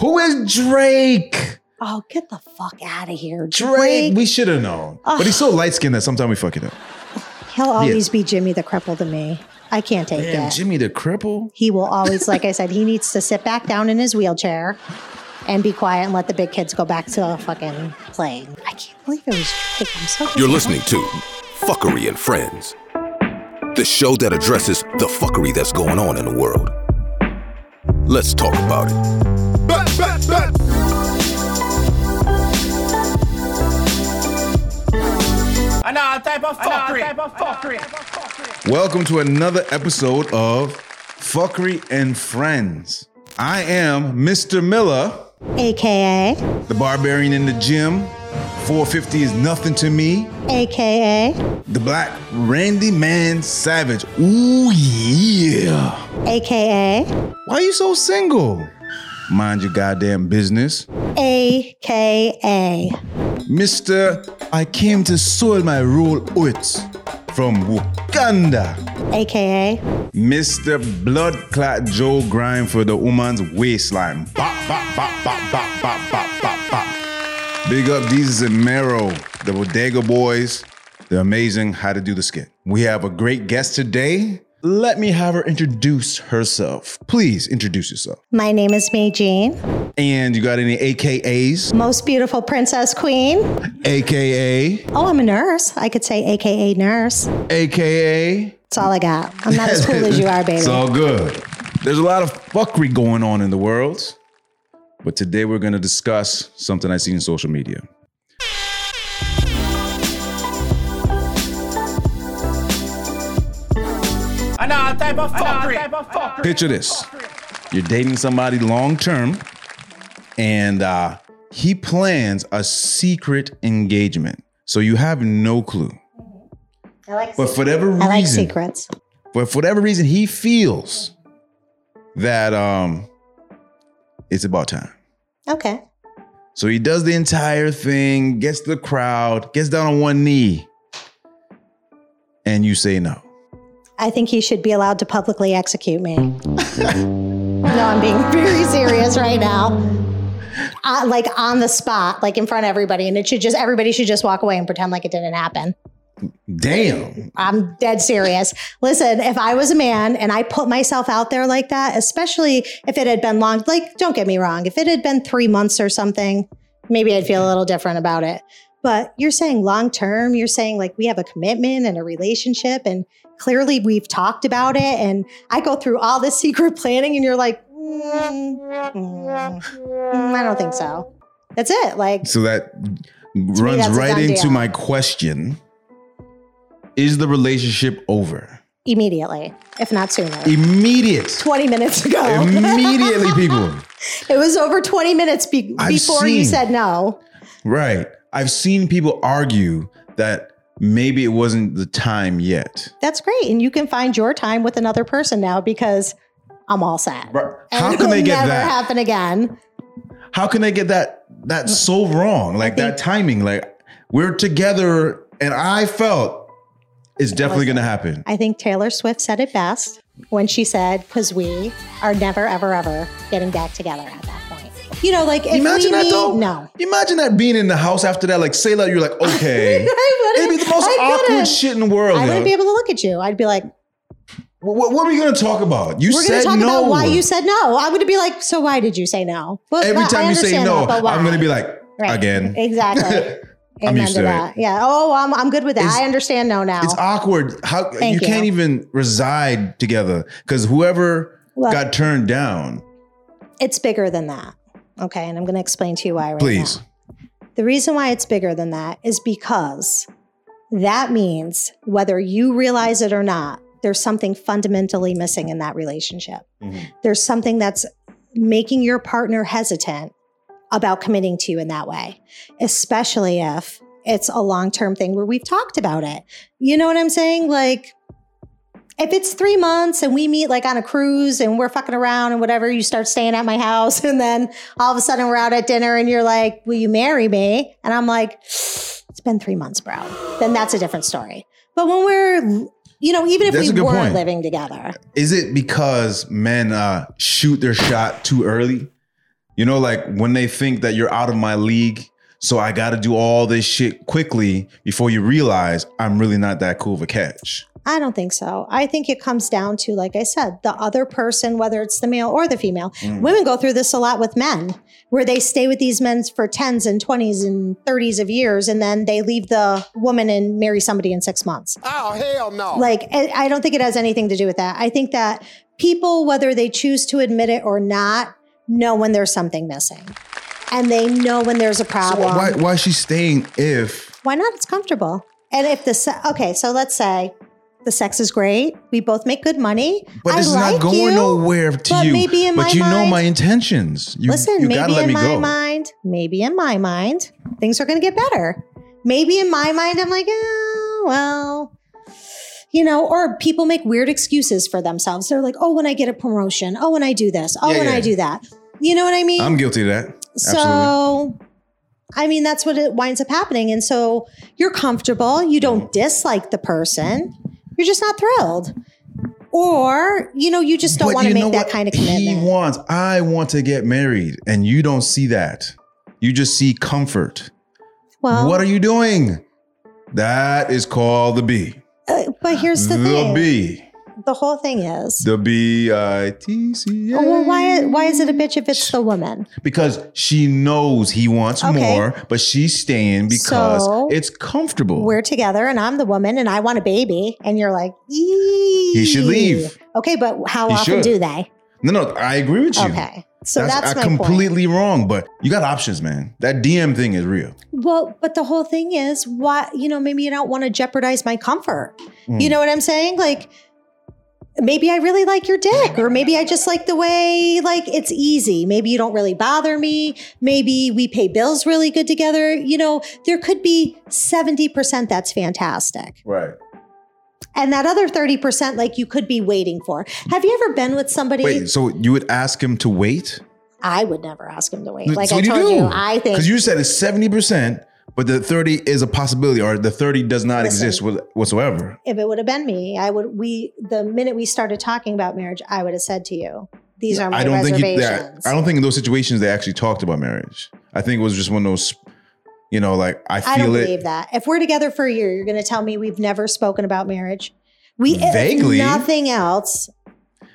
Who is Drake? Oh, get the fuck out of here. Drake. We should have known. But he's so light skinned that sometimes we fuck it up. He'll always be Jimmy the cripple to me. I can't take Damn, it. Jimmy the Cripple. he will always, like I said, he needs to sit back down in his wheelchair and be quiet and let the big kids go back to fucking playing. I can't believe it was Drake. I'm so You're disappointed. listening to Fuckery and Friends, the show that addresses the fuckery that's going on in the world. Let's talk about it. Another type of fuckery. Another type of fuckery. Welcome to another episode of Fuckery and Friends. I am Mr. Miller, AKA, the barbarian in the gym. 450 is nothing to me. AKA, The black Randy Man Savage. Ooh, yeah. AKA, Why you so single? Mind your goddamn business. AKA. Mr. I came to soil my roll oats from Wakanda. AKA, Mr. Blood Clot Joe Grind for the woman's waistline. Bop, bop, bop, bop, bop, bop, bop, bop, bop. Big up Jesus and Mero, the Bodega Boys, the amazing How to Do the Skit. We have a great guest today. Let me have her introduce herself. Please introduce yourself. my name is May Jean, And you got any AKAs? most beautiful princess queen. AKA, Oh, I'm a nurse. I could say AKA nurse. AKA. That's all I got. I'm not as cool as you are, baby. It's all good. There's a lot of fuckery going on in the world. But today we're going to discuss something I see in social media. Another type of fuckery. Another type of fuckery. Picture this you're dating somebody long term, and uh, he plans a secret engagement. So you have no clue. I like, But for whatever reason, I like secrets. but for whatever reason, he feels that um, it's about time. Okay. So he does the entire thing, gets the crowd, gets down on one knee, and you say no. I think he should be allowed to publicly execute me. no, I'm being very serious right now. Uh, like on the spot, like in front of everybody, and it should just everybody should just walk away and pretend like it didn't happen. Damn. I'm dead serious. Listen, if I was a man and I put myself out there like that, especially if it had been long, like, don't get me wrong, if it had been three months or something, maybe I'd feel a little different about it. But you're saying long term, you're saying like we have a commitment and a relationship, and clearly we've talked about it. And I go through all this secret planning, and you're like, mm, mm, mm, I don't think so. That's it. Like, So that that's runs a right done into deal. my question Is the relationship over? immediately, if not sooner. Immediate. 20 minutes ago. Immediately, people. It was over 20 minutes be- I've before you seen. said no. Right. I've seen people argue that maybe it wasn't the time yet. That's great. And you can find your time with another person now because I'm all set. Right. And How can they it'll get never that? happen again. how can they get that that so wrong like that timing like we're together and i felt it's definitely gonna happen I think Taylor Swift said it best when she said, because we are never, ever, ever getting back together at that point. You know, like if imagine we that meet, though no. imagine that being in the house after that like say that you're like okay I it'd wouldn't- be the most I awkward couldn't. shit in the world I yo. wouldn't be able to look at you. I'd be like, what, what are we gonna talk about you we're going said to talk no about why you said no. I would be like, so why did you say no? Well, every I- I time you say understand no that, but why? i'm gonna be like Right. again Exactly. I'm Amen used to that. Yeah. Oh, I'm, I'm good with that. It's- I understand no now. it's awkward how Thank you can't you. even reside together because whoever Well- got turned down it's bigger than that. Okay. And I'm going to explain to you why right please now. The reason why it's bigger than that is because that means whether you realize it or not, there's something fundamentally missing in that relationship. Mhm. There's something that's making your partner hesitant about committing to you in that way, especially if it's a long term thing where we've talked about it. You know what I'm saying? Like, if it's three months and we meet like on a cruise and we're fucking around and whatever, you start staying at my house and then all of a sudden we're out at dinner and you're like, Will you marry me? And I'm like, It's been three months, bro. Then that's a different story. But when we're, you know, even if That's a we good weren't point. living together, Is it because men uh, shoot their shot too early? You know, like when they think that you're out of my league, so I got to do all this shit quickly before you realize I'm really not that cool of a catch. I don't think so. I think it comes down to, like I said, the other person, whether it's the male or the female. Mm. Women go through this a lot with men, where they stay with these men for 10s and 20s and 30s of years, and then they leave the woman and marry somebody in six months. Oh, hell no. Like, I I don't think it has anything to do with that. I think that people, whether they choose to admit it or not, know when there's something missing and they know when there's a problem. Why, why is she staying if Why not? It's comfortable. And if the se- okay, so let's say the sex is great. We both make good money. But I this like is not going you, nowhere to but you. maybe in but my you know mind- my intentions. You, Listen, you maybe gotta let in me my go. mind, maybe in my mind, things are going to get better. Maybe in my mind, I'm like, oh, well, you know, or people make weird excuses for themselves. They're like, oh, when I get a promotion, oh, when I do this, oh, Yeah, when yeah. I do that. You know what I mean? I'm guilty of that. So, Absolutely. I mean, that's what it winds up happening. And so you're comfortable, you don't dislike the person, you're just not thrilled. Or, you know, you just don't But want to you know make that what kind of He commitment. wants. I want to get married, and you don't see that. You just see comfort. well, what are you doing? That is called the B. uh, but here's the, The thing B. the whole thing is. The B I T C A. Oh, well, why, why is it a bitch if it's the woman? Because she knows he wants Okay. more, but she's staying because So, it's comfortable. We're together and I'm the woman and I want a baby. And you're like, he should leave. Okay, but how He often should. do they? no, no, I agree with you. Okay. So that's, I my point. completely wrong, but you got options, man. That DM thing is real. Well, but the whole thing is, why you know, maybe you don't want to jeopardize my comfort. Mm. You know what I'm saying? Like, maybe I really like your dick, or maybe I just like the way like it's easy. Maybe you don't really bother me. Maybe we pay bills really good together. You know, there could be seventy percent that's fantastic, Right. and that other thirty percent like you could be waiting for. Have you ever been with somebody? Wait, so you would ask him to wait? I would never ask him to wait. So Like what I do you told do? you, I think Because you said it's 70%, but the 30 is a possibility, or the 30 does not Listen. exist wha- whatsoever. if it would have been me, I would we the minute we started talking about marriage, I would have said to you, these are my I don't think you, that, reservations. I don't think in those situations they actually talked about marriage. I think it was just one of those, you know, like I feel I don't it. believe that. If we're together for a year, you're going to tell me we've never spoken about marriage. We if Vaguely. nothing else.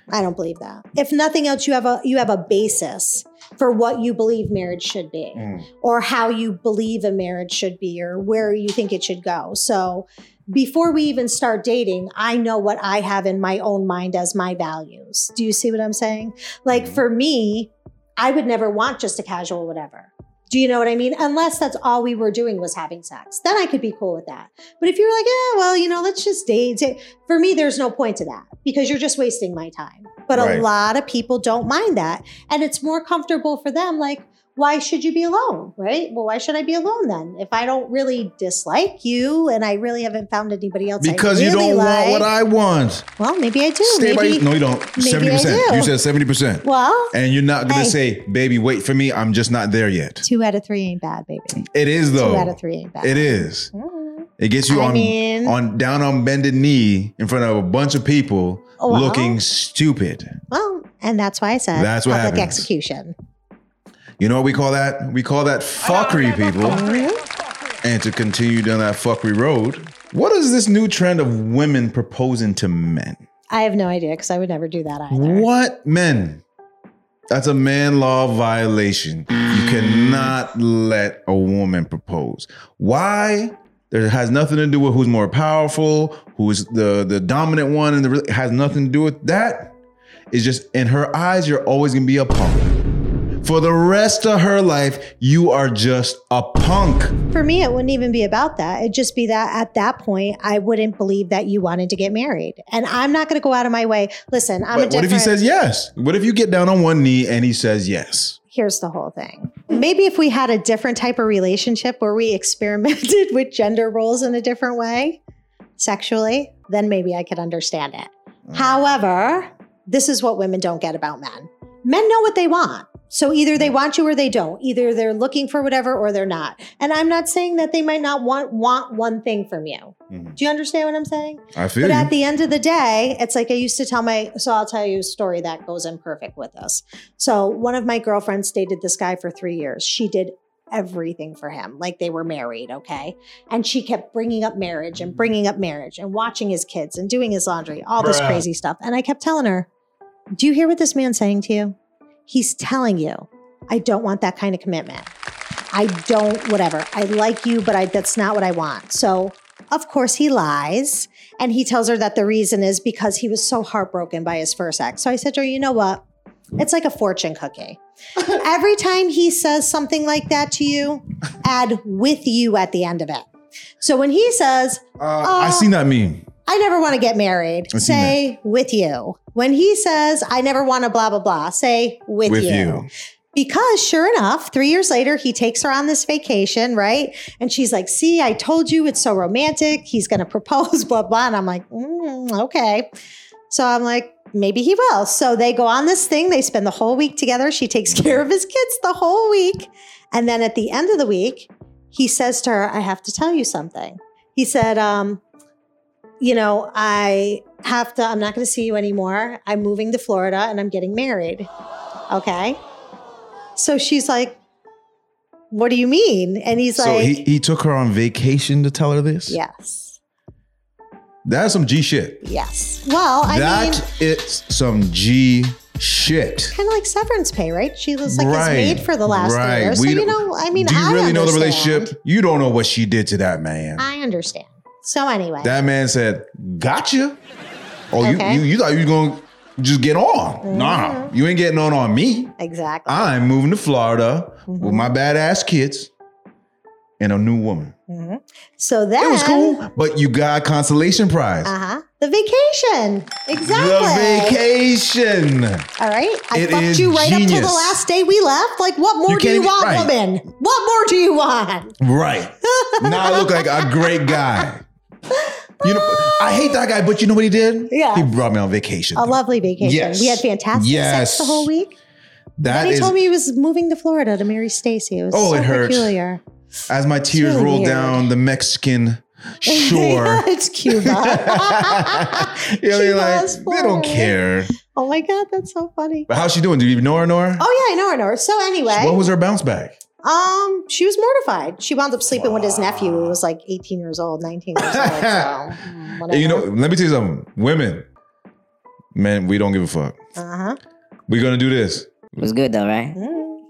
I don't believe that. If nothing else, you have a you have a basis for what you believe marriage should be, Mm. or how you believe a marriage should be, or where you think it should go. So, before we even start dating, I know what I have in my own mind as my values. Do you see what I'm saying? Like for me, I would never want just a casual whatever. Do you know what I mean? Unless that's all we were doing was having sex. Then I could be cool with that. But if you're like, yeah, well, you know, let's just date. date," For me, there's no point to that because you're just wasting my time. But Right. a lot of people don't mind that. And it's more comfortable for them. Like, why should you be alone? Right? Well, why should I be alone then? If I don't really dislike you and I really haven't found anybody else. I Because you really don't like, want what I want. Well, maybe I do. Stay by maybe, you. No, you don't. maybe I 70%. do. You said 70%. Well, and you're not going to Hey. say, baby, wait for me. I'm just not there yet. two out of three ain't bad, baby. It is, though. two out of three ain't bad. It is. Mm. It gets you I on mean- on down on bended knee in front of a bunch of people Oh, wow. looking stupid. Well, and that's why I said That's what public happens. execution. You know what we call that? We call that fuckery, people. And to continue down that fuckery road, what is this new trend of women proposing to men? I have no idea because I would never do that either. What men? That's a man law violation. You cannot let a woman propose. Why? There has nothing to do with who's more powerful, who's the the dominant one, and the re- has nothing to do with that. It's just in her eyes, you're always gonna be a punk. For the rest of her life, you are just a punk. For me, it wouldn't even be about that. It'd just be that at that point, I wouldn't believe that you wanted to get married, and I'm not going to go out of my way. Listen, I'm a But what different. if he says yes? What if you get down on one knee and he says yes? Here's the whole thing. Maybe if we had a different type of relationship where we experimented with gender roles in a different way, sexually, then maybe I could understand it. However, this is what women don't get about men. Men know what they want. So either they want you or they don't. Either they're looking for whatever or they're not. And I'm not saying that they might not want want one thing from you. Mhm. Do you understand what I'm saying? I feel But you. at the end of the day, it's like I used to tell my, so I'll tell you a story that goes in perfect with this. So one of my girlfriends dated this guy for three years. She did everything for him, like they were married, okay? And she kept bringing up marriage and bringing up marriage and watching his kids and doing his laundry, all this Bruh. crazy stuff. And I kept telling her, Do you hear what this man's saying to you? He's telling you, I don't want that kind of commitment. I don't, whatever. I like you, but I, that's not what I want. So, of course, he lies. And he tells her that the reason is because he was so heartbroken by his first ex. So I said to her, you know what? It's like a fortune cookie. Every time he says something like that to you, add with you at the end of it. So when he says, Uh, I seen that meme. I never want to get married, I've seen say with you. When he says, I never want to blah, blah, blah, say with, With you. you. Because sure enough, three years later, he takes her on this vacation, right? And she's like, See, I told you it's so romantic. He's going to propose, blah, blah. And I'm like, mm, Okay. So I'm like, Maybe he will. So they go on this thing. They spend the whole week together. She takes care of his kids the whole week. And then at the end of the week, he says to her, I have to tell you something. He said, um, you know, I have to, I'm not going to see you anymore. I'm moving to Florida and I'm getting married. Okay. So she's like, what do you mean? And he's so like, he, he took her on vacation to tell her this. yes, That's some G shit. yes. Well, I mean, That is some G shit. kind of like severance pay, right? She was like, Right, it's made for the last right. three years. So, We you don't- know, I mean, Do you I really know the understand. relationship? You don't know what she did to that man. I understand. So anyway, that man said, "Gotcha." Oh, Okay. Mm-hmm. you, you you thought you gonna just get on? Nah, you ain't getting on on me. exactly. I'm moving to Florida Mm-hmm. with my badass kids and a new woman. so then It was cool, but you got a consolation prize. Uh-huh. The vacation. The Exactly. vacation. All right. I It fucked is you right up till the genius. last day we left. Like, what more You do you can't want, even- right. woman? What more do you want? Right. now I look like a great guy. You know, I hate that guy, but you know what he did? Yeah. He brought me on vacation. A lovely vacation. Yes. We had fantastic sex Yes. the whole week. That And he is- told me he was moving to Florida to marry Stacy. It was Oh, so it hurts. peculiar. as my tears really rolled weird. down the Mexican shore. it's Cuba. you know, She you're like, was they don't bored. care. oh my God, that's so funny. But how's she doing? Do you know her, Nora? Oh yeah, I know, I know. So anyway, What was her bounce back? um, she was mortified. She wound up sleeping with his nephew, who was like 18 years old, 19 years old. So, mm, And you know, whatever. let me tell you something. Women, man, we don't give a fuck. uh-huh. We're gonna do this. It was good though, right? Mm,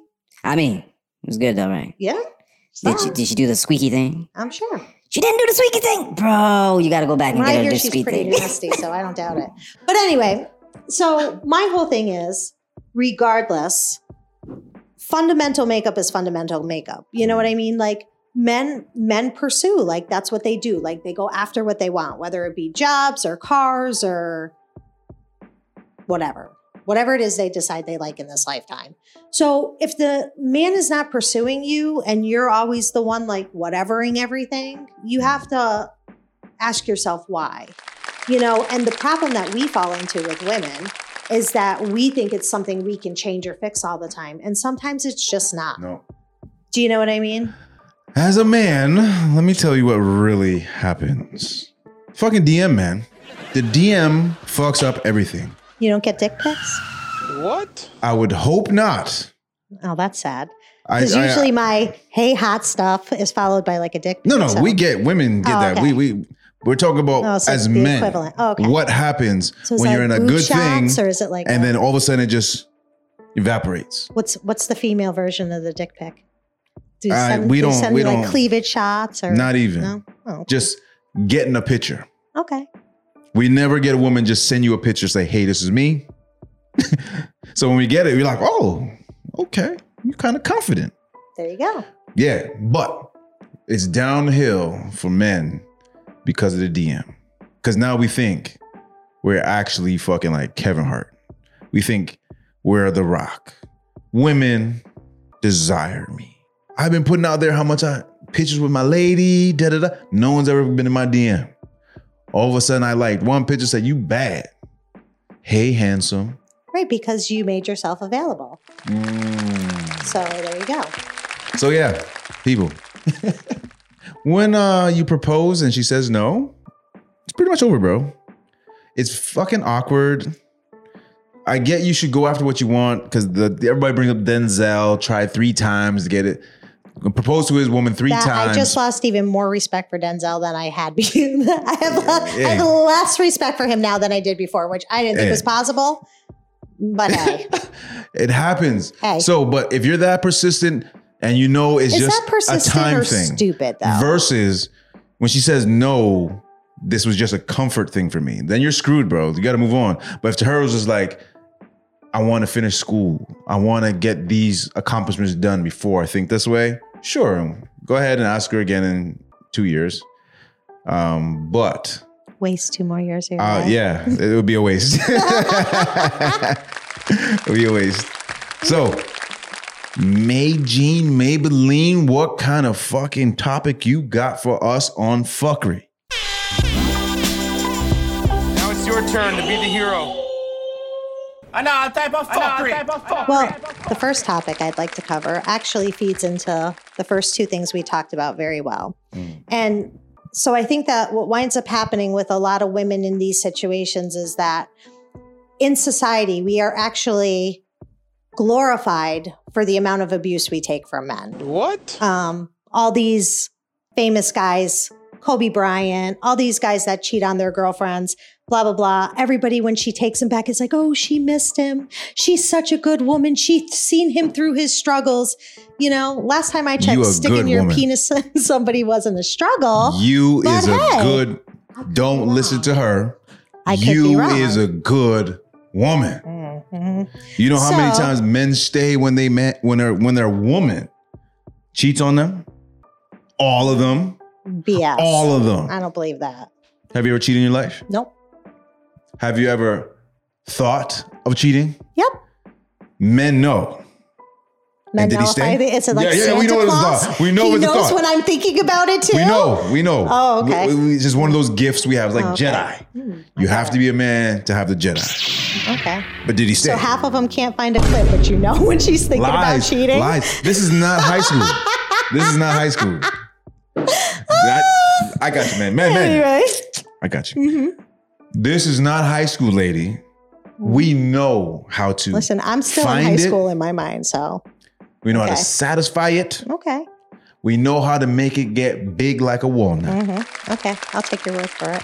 I mean, it was good though, right? yeah, Did Uh-huh. she, did she do the squeaky thing? I'm sure. She didn't do the squeaky thing, bro. You gotta go back and When I get her hear the she's squeaky pretty thing. nasty, so I don't doubt it. But anyway, so my whole thing is, regardless, fundamental makeup is fundamental makeup. You know what I mean? Like men, men pursue like that's what they do. Like they go after what they want, whether it be jobs or cars or whatever, whatever it is they decide they like in this lifetime. So if the man is not pursuing you and you're always the one like whatevering everything, you have to ask yourself why. You know, and the problem that we fall into with women is that we think it's something we can change or fix all the time. And sometimes it's just not. No. Do you know what I mean? As a man, let me tell you what really happens. Fucking DM, man. The DM fucks up everything. You don't get dick pics? I would hope not. Oh, that's sad. I, Because I- uh, usually my hey hot stuff is followed by like a dick pic. no, no, so- we get women get Oh, that. okay. We we we're talking about Oh, so as the men. equivalent. Oh, okay. What happens So is when that you're in a boob good shots, thing or is it like and a- then all of a sudden it just evaporates? what's what's the female version of the dick pic? Do you Uh, send, we do you don't- send we me like don't- cleavage shots or Not even. no? Oh, Just getting a picture. okay. We never get a woman just send you a picture, say, hey, this is me. so when we get it, you're like, oh, okay. You're kind of confident. There you go. Yeah, but it's downhill for men because of the DM. Because now we think we're actually fucking like Kevin Hart. We think we're The Rock. Women desire me. I've been putting out there how much I pictures with my lady, da da da. No one's ever been in my DM. All of a sudden, I liked one picture said, You bad. Hey, handsome. Right, because you made yourself available. Mm. So there you go. So yeah, people. when uh you propose and she says no, it's pretty much over, bro. It's fucking awkward. I get you should go after what you want because the everybody brings up Denzel tried three times to get it. Propose to his woman three That- times. I just lost even more respect for Denzel than I had. be- I have, I have less respect for him now than I did before, which I didn't think Yeah. was possible. But hey, it happens. Hey. So, but if you're that persistent and you know it's is just that persistent a time or thing. stupid though? Versus when she says no, this was just a comfort thing for me. Then you're screwed, bro. You got to move on. But if to her it was just like, I want to finish school. I want to get these accomplishments done before I think this way. Sure, go ahead and ask her again in two years. Um, but Waste two more years here. uh, yeah, it would be a waste. it would be a waste. So, May Jean Maybelline, what kind of fucking topic you got for us on fuckery? Now it's your turn to be the hero. Another type of fuckery. Well, the first topic I'd like to cover actually feeds into the first two things we talked about very well. And so I think that what winds up happening with a lot of women in these situations is that in society, we are actually glorified for the amount of abuse we take from men. What? Um, all these famous guys, Kobe Bryant, all these guys that cheat on their girlfriends, blah, blah, blah. Everybody, when she takes him back, is like, oh, she missed him. She's such a good woman. She's seen him through his struggles. You know, last time I checked, You a sticking good your woman. penis in somebody wasn't a struggle. you but is a hey, good, I could don't be listen wrong. to her. I could you be wrong. is a good woman. Mhm. You know how many So- times men stay when they met when their when their woman cheats on them? All of them. BS. All of them. I don't believe that. Have you ever cheated in your life? Nope. Have you ever thought of cheating? Yep. Men know. Men did he know if stay? I- It's like Yeah, yeah, Santa we know what his Claus. thought. We know he what his knows thought. when I'm thinking about it too. We know. We know. Oh, okay. We- we- it's just one of those gifts we have, like Oh, okay. Jedi. You have to be a man to have the Jedi. Okay. But did he stay? So half of them can't find a clip, but you know when she's thinking about lies. cheating. Lies. This is not high school. this is not high school. I, I got you, man. Man, man. Anyway, Mm-hmm. I got you. This is not high school, lady. We know how to listen, I'm still Find in high it. school in my mind, so We know how okay. to satisfy it. okay, We know how to make it get big like a walnut. okay, I'll take your word for it.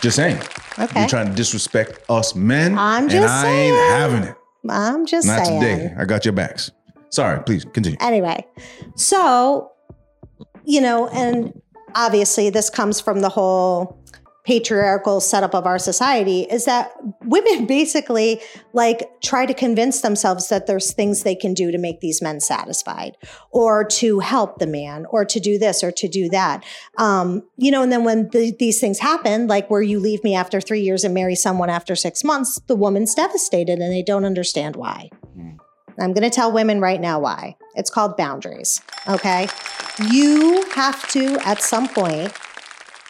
Just saying. Okay, You're trying to disrespect us men. I'm and just I saying. ain't having it. I'm just Not saying. today. I got your backs. Sorry, please continue. Anyway, so, you know, and obviously this comes from the whole patriarchal setup of our society is that women basically like try to convince themselves that there's things they can do to make these men satisfied or to help the man or to do this or to do that um, you know and then when the, these things happen like where you leave me after three years and marry someone after six months the woman's devastated and they don't understand why I'm going to tell women right now why. It's called boundaries. Okay. You have to, at some point,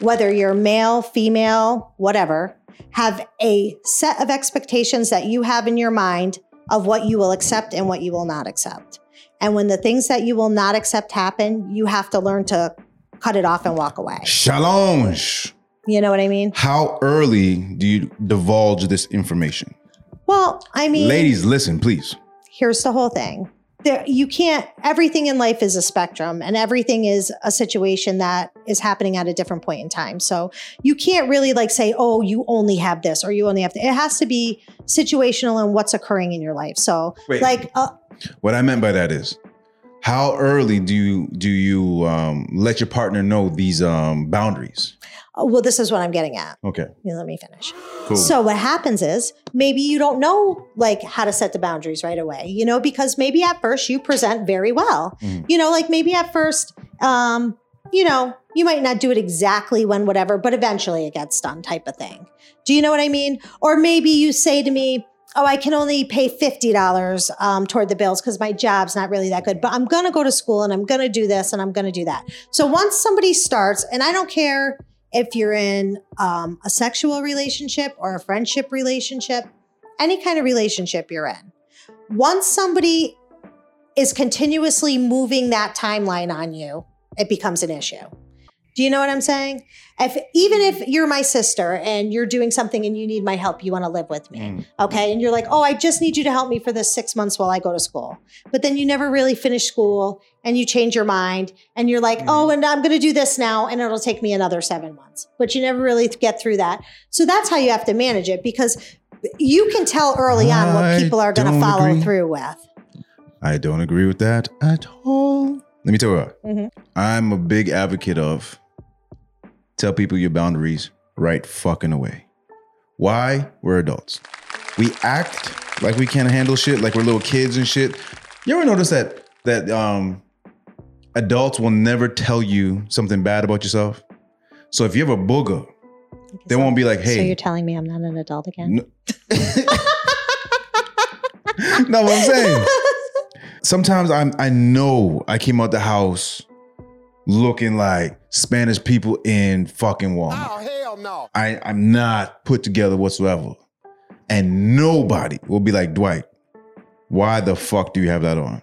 whether you're male, female, whatever, have a set of expectations that you have in your mind of what you will accept and what you will not accept. And when the things that you will not accept happen, you have to learn to cut it off and walk away. Shalom. You know what I mean? How early do you divulge this information? Well, I mean, Ladies, listen, please. here's the whole thing there, you can't everything in life is a spectrum and everything is a situation that is happening at a different point in time so you can't really like say oh you only have this or you only have that. it has to be situational and what's occurring in your life so Wait. like uh, What I meant by that is how early do you do you um, let your partner know these um, boundaries? uh, well this is what i'm getting at Okay. You know, let me finish Cool. So what happens is maybe you don't know like how to set the boundaries right away, you know, because maybe at first you present very well, Mhm. you know, like maybe at first, um, you know, you might not do it exactly when whatever, but eventually it gets done type of thing. Do you know what I mean? Or maybe you say to me, Oh, I can only pay $50 um, toward the bills because my job's not really that good, but I'm going to go to school and I'm going to do this and I'm going to do that. So once somebody starts, and I don't care if you're in um, a sexual relationship or a friendship relationship, any kind of relationship you're in, once somebody is continuously moving that timeline on you, it becomes an issue. Do you know what I'm saying? If even if you're my sister and you're doing something and you need my help, you want to live with me. Mm. Okay. And you're like, oh, I just need you to help me for this six months while I go to school. But then you never really finish school and you change your mind and you're like, Mm-hmm. oh, and I'm going to do this now and it'll take me another seven months. But you never really get through that. So that's how you have to manage it because you can tell early on I what people are going don't to follow agree. through with. I don't agree with that at all. Let me tell you what. Mhm. I'm a big advocate of tell people your boundaries right fucking away. Why? We're adults. We act like we can't handle shit, like we're little kids and shit. You ever notice that that um adults will never tell you something bad about yourself? So if you have a booger, they won't be like, hey. So you're telling me I'm not an adult again? No. no, what I'm saying. Sometimes I'm I know I came out the house looking like Spanish people in fucking Walmart. Oh, hell no. I, I'm not put together whatsoever. And nobody will be like, Dwight, why the fuck do you have that on?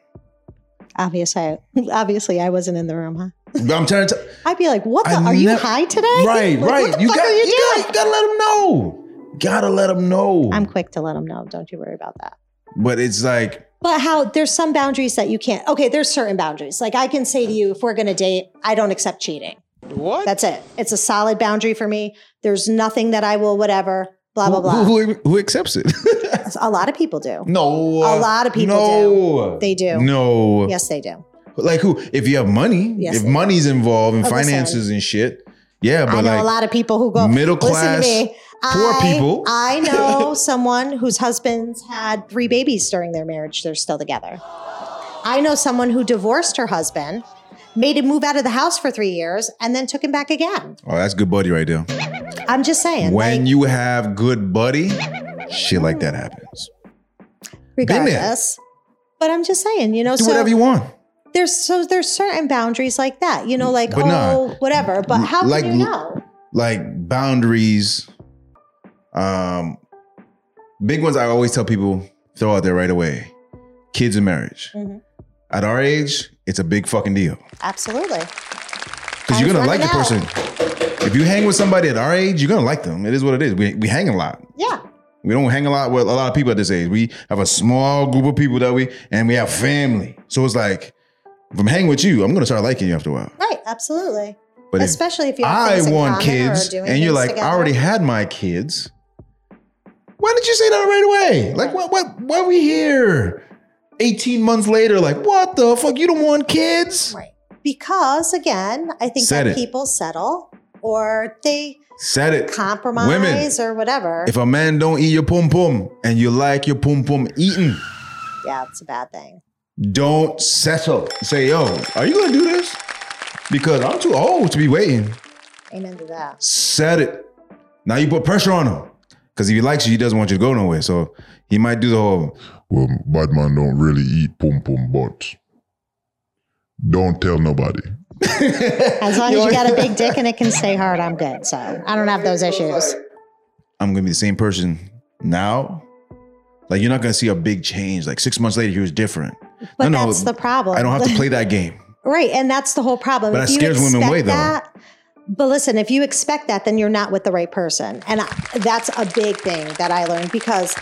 obviously, obviously, I wasn't in the room, huh? But I'm trying to tell I'd be like, "What the? I are you nev- high today? Right, Like, what right. the You fuck got are you yeah, doing?" you gotta let them know. Gotta let them know. I'm quick to let them know. Don't you worry about that. but it's like But how there's some boundaries that you can't. Okay, there's certain boundaries. Like I can say to you, if we're gonna date, I don't accept cheating. What? That's it. It's a solid boundary for me. There's nothing that I will whatever. Blah blah who, blah. who, who accepts it? A lot of people do. No. A lot of people no. do. They do. No. Yes, they do. Like who? If you have money, Yes, if they do. money's involved and Oh, listen. finances and shit, yeah. But I know like, a lot of people who go middle class, Listen to me. poor I, people." I know someone whose husbands had three babies during their marriage. They're still together. I know someone who divorced her husband, made him move out of the house for three years, and then took him back again. oh, that's good buddy right there. I'm just saying. When like, you have good buddy, shit like that happens. there. regardless. But I'm just saying, you know, Do so whatever you want. there's so there's certain boundaries like that, you know, like But oh nah. whatever. But how Like- can you know? Like boundaries. Um, big ones. I always tell people throw out there right away. Kids and marriage. Mhm. At our age, it's a big fucking deal. Absolutely. Because you're Time's gonna like running the person. If you hang with somebody at our age, you're gonna like them. It is what it is. We, we hang a lot. Yeah. We don't hang a lot with a lot of people at this age. We have a small group of people that we and we have family. So it's like, if I'm hanging with you, I'm gonna start liking you after a while. Right. Absolutely. But if Especially if you have I things in want common or kids doing and you're things like, I together. already had my kids. Why didn't you say that right away? Like, what what why are we here? 18 months later, like, what the fuck? You don't want kids? Right. Because again, I think Said that it. people settle or they Said it. compromise or whatever. If a man don't eat your pum pum and you like your pum pum eaten, yeah, it's a bad thing. don't settle. Say, yo, are you gonna do this? Because I'm too old to be waiting. Amen to that. Set it. Now you put pressure on him. Because if he likes you, he doesn't want you to go nowhere. So he might do the whole, Well, bad man don't really eat pum pum, but don't tell nobody. As long as you got a big dick and it can stay hard, I'm good. So I don't have those issues. I'm gonna be the same person now. Like you're not gonna see a big change. Like six months later, he was different. But no, no, that's the problem. I don't have to play that game. right. And that's the whole problem. But If that you scares women expect away, though. That, but listen, if you expect that, then you're not with the right person. And I, that's a big thing that I learned because,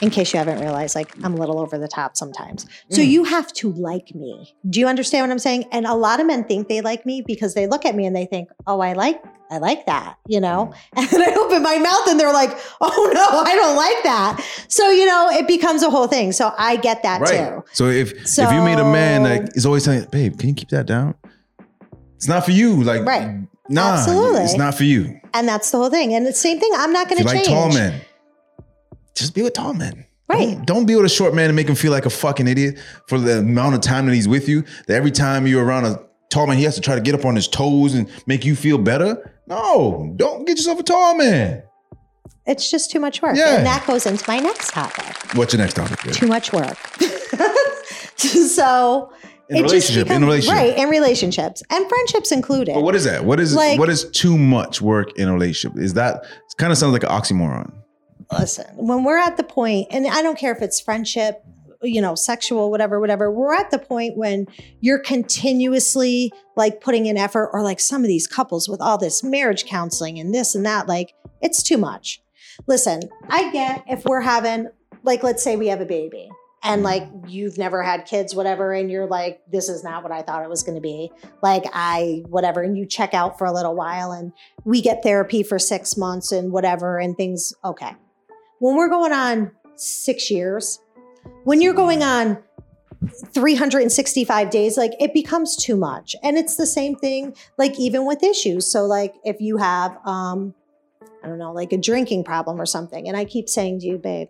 in case you haven't realized, like I'm a little over the top sometimes. So Mm. you have to like me. Do you understand what I'm saying? And a lot of men think they like me because they look at me and they think, oh, I like. I like that, you know? Mm. And I open my mouth and they're like, oh no, I don't like that. So, you know, it becomes a whole thing. So I get that too. So if if you meet a man So- like is always telling, you, babe, can you keep that down? It's not for you. Like Right. Nah, Absolutely. it's not for you. And that's the whole thing. And it's the same thing. I'm If not going you to like change. tall men, just be with tall men. Right. Don't, don't be with a short man and make him feel like a fucking idiot for the amount of time that he's with you. That every time you're around a tall man, he has to try to get up on his toes and make you feel better. No, don't get yourself a tall man. It's just too much work. Yeah. And that goes into my next topic What's your next topic? babe? too much work. so, In it just relationship, in becomes- relationship. Right. And relationships and friendships included. But what is that? What is Like- what is too much work in a relationship? Is that it kind of sounds like an oxymoron? listen, when we're at the point, and I don't care if it's friendship, you know, sexual, whatever, whatever, we're at the point when you're continuously like putting in effort, or like some of these couples with all this marriage counseling and this and that, like it's too much. Listen, I get if we're having, like, let's say we have a baby and like you've never had kids, whatever, and you're like, this is not what I thought it was going to be. Like, I, whatever, and you check out for a little while and we get therapy for six months and whatever, and things, okay when we're going on six years, when you're going on 365 days, like it becomes too much. And it's the same thing, like even with issues. So, like if you have, um, I don't know, like a drinking problem or something, and I keep saying to you, babe,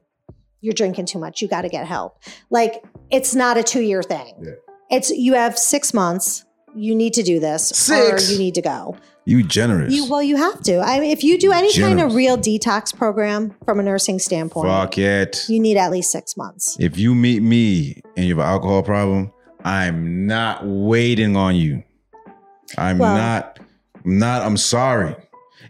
you're drinking too much. You got to get help. Like it's not a two year thing. Yeah. It's you have six months. You need to do this, Six? or you need to go. You generous. You well, you have to. I mean, if you do any kind Generous. of real detox program from a nursing standpoint, Fuck it. you need at least six months. If you meet me and you have an alcohol problem, I'm not waiting on you. I'm Well- not, I'm not, I'm sorry.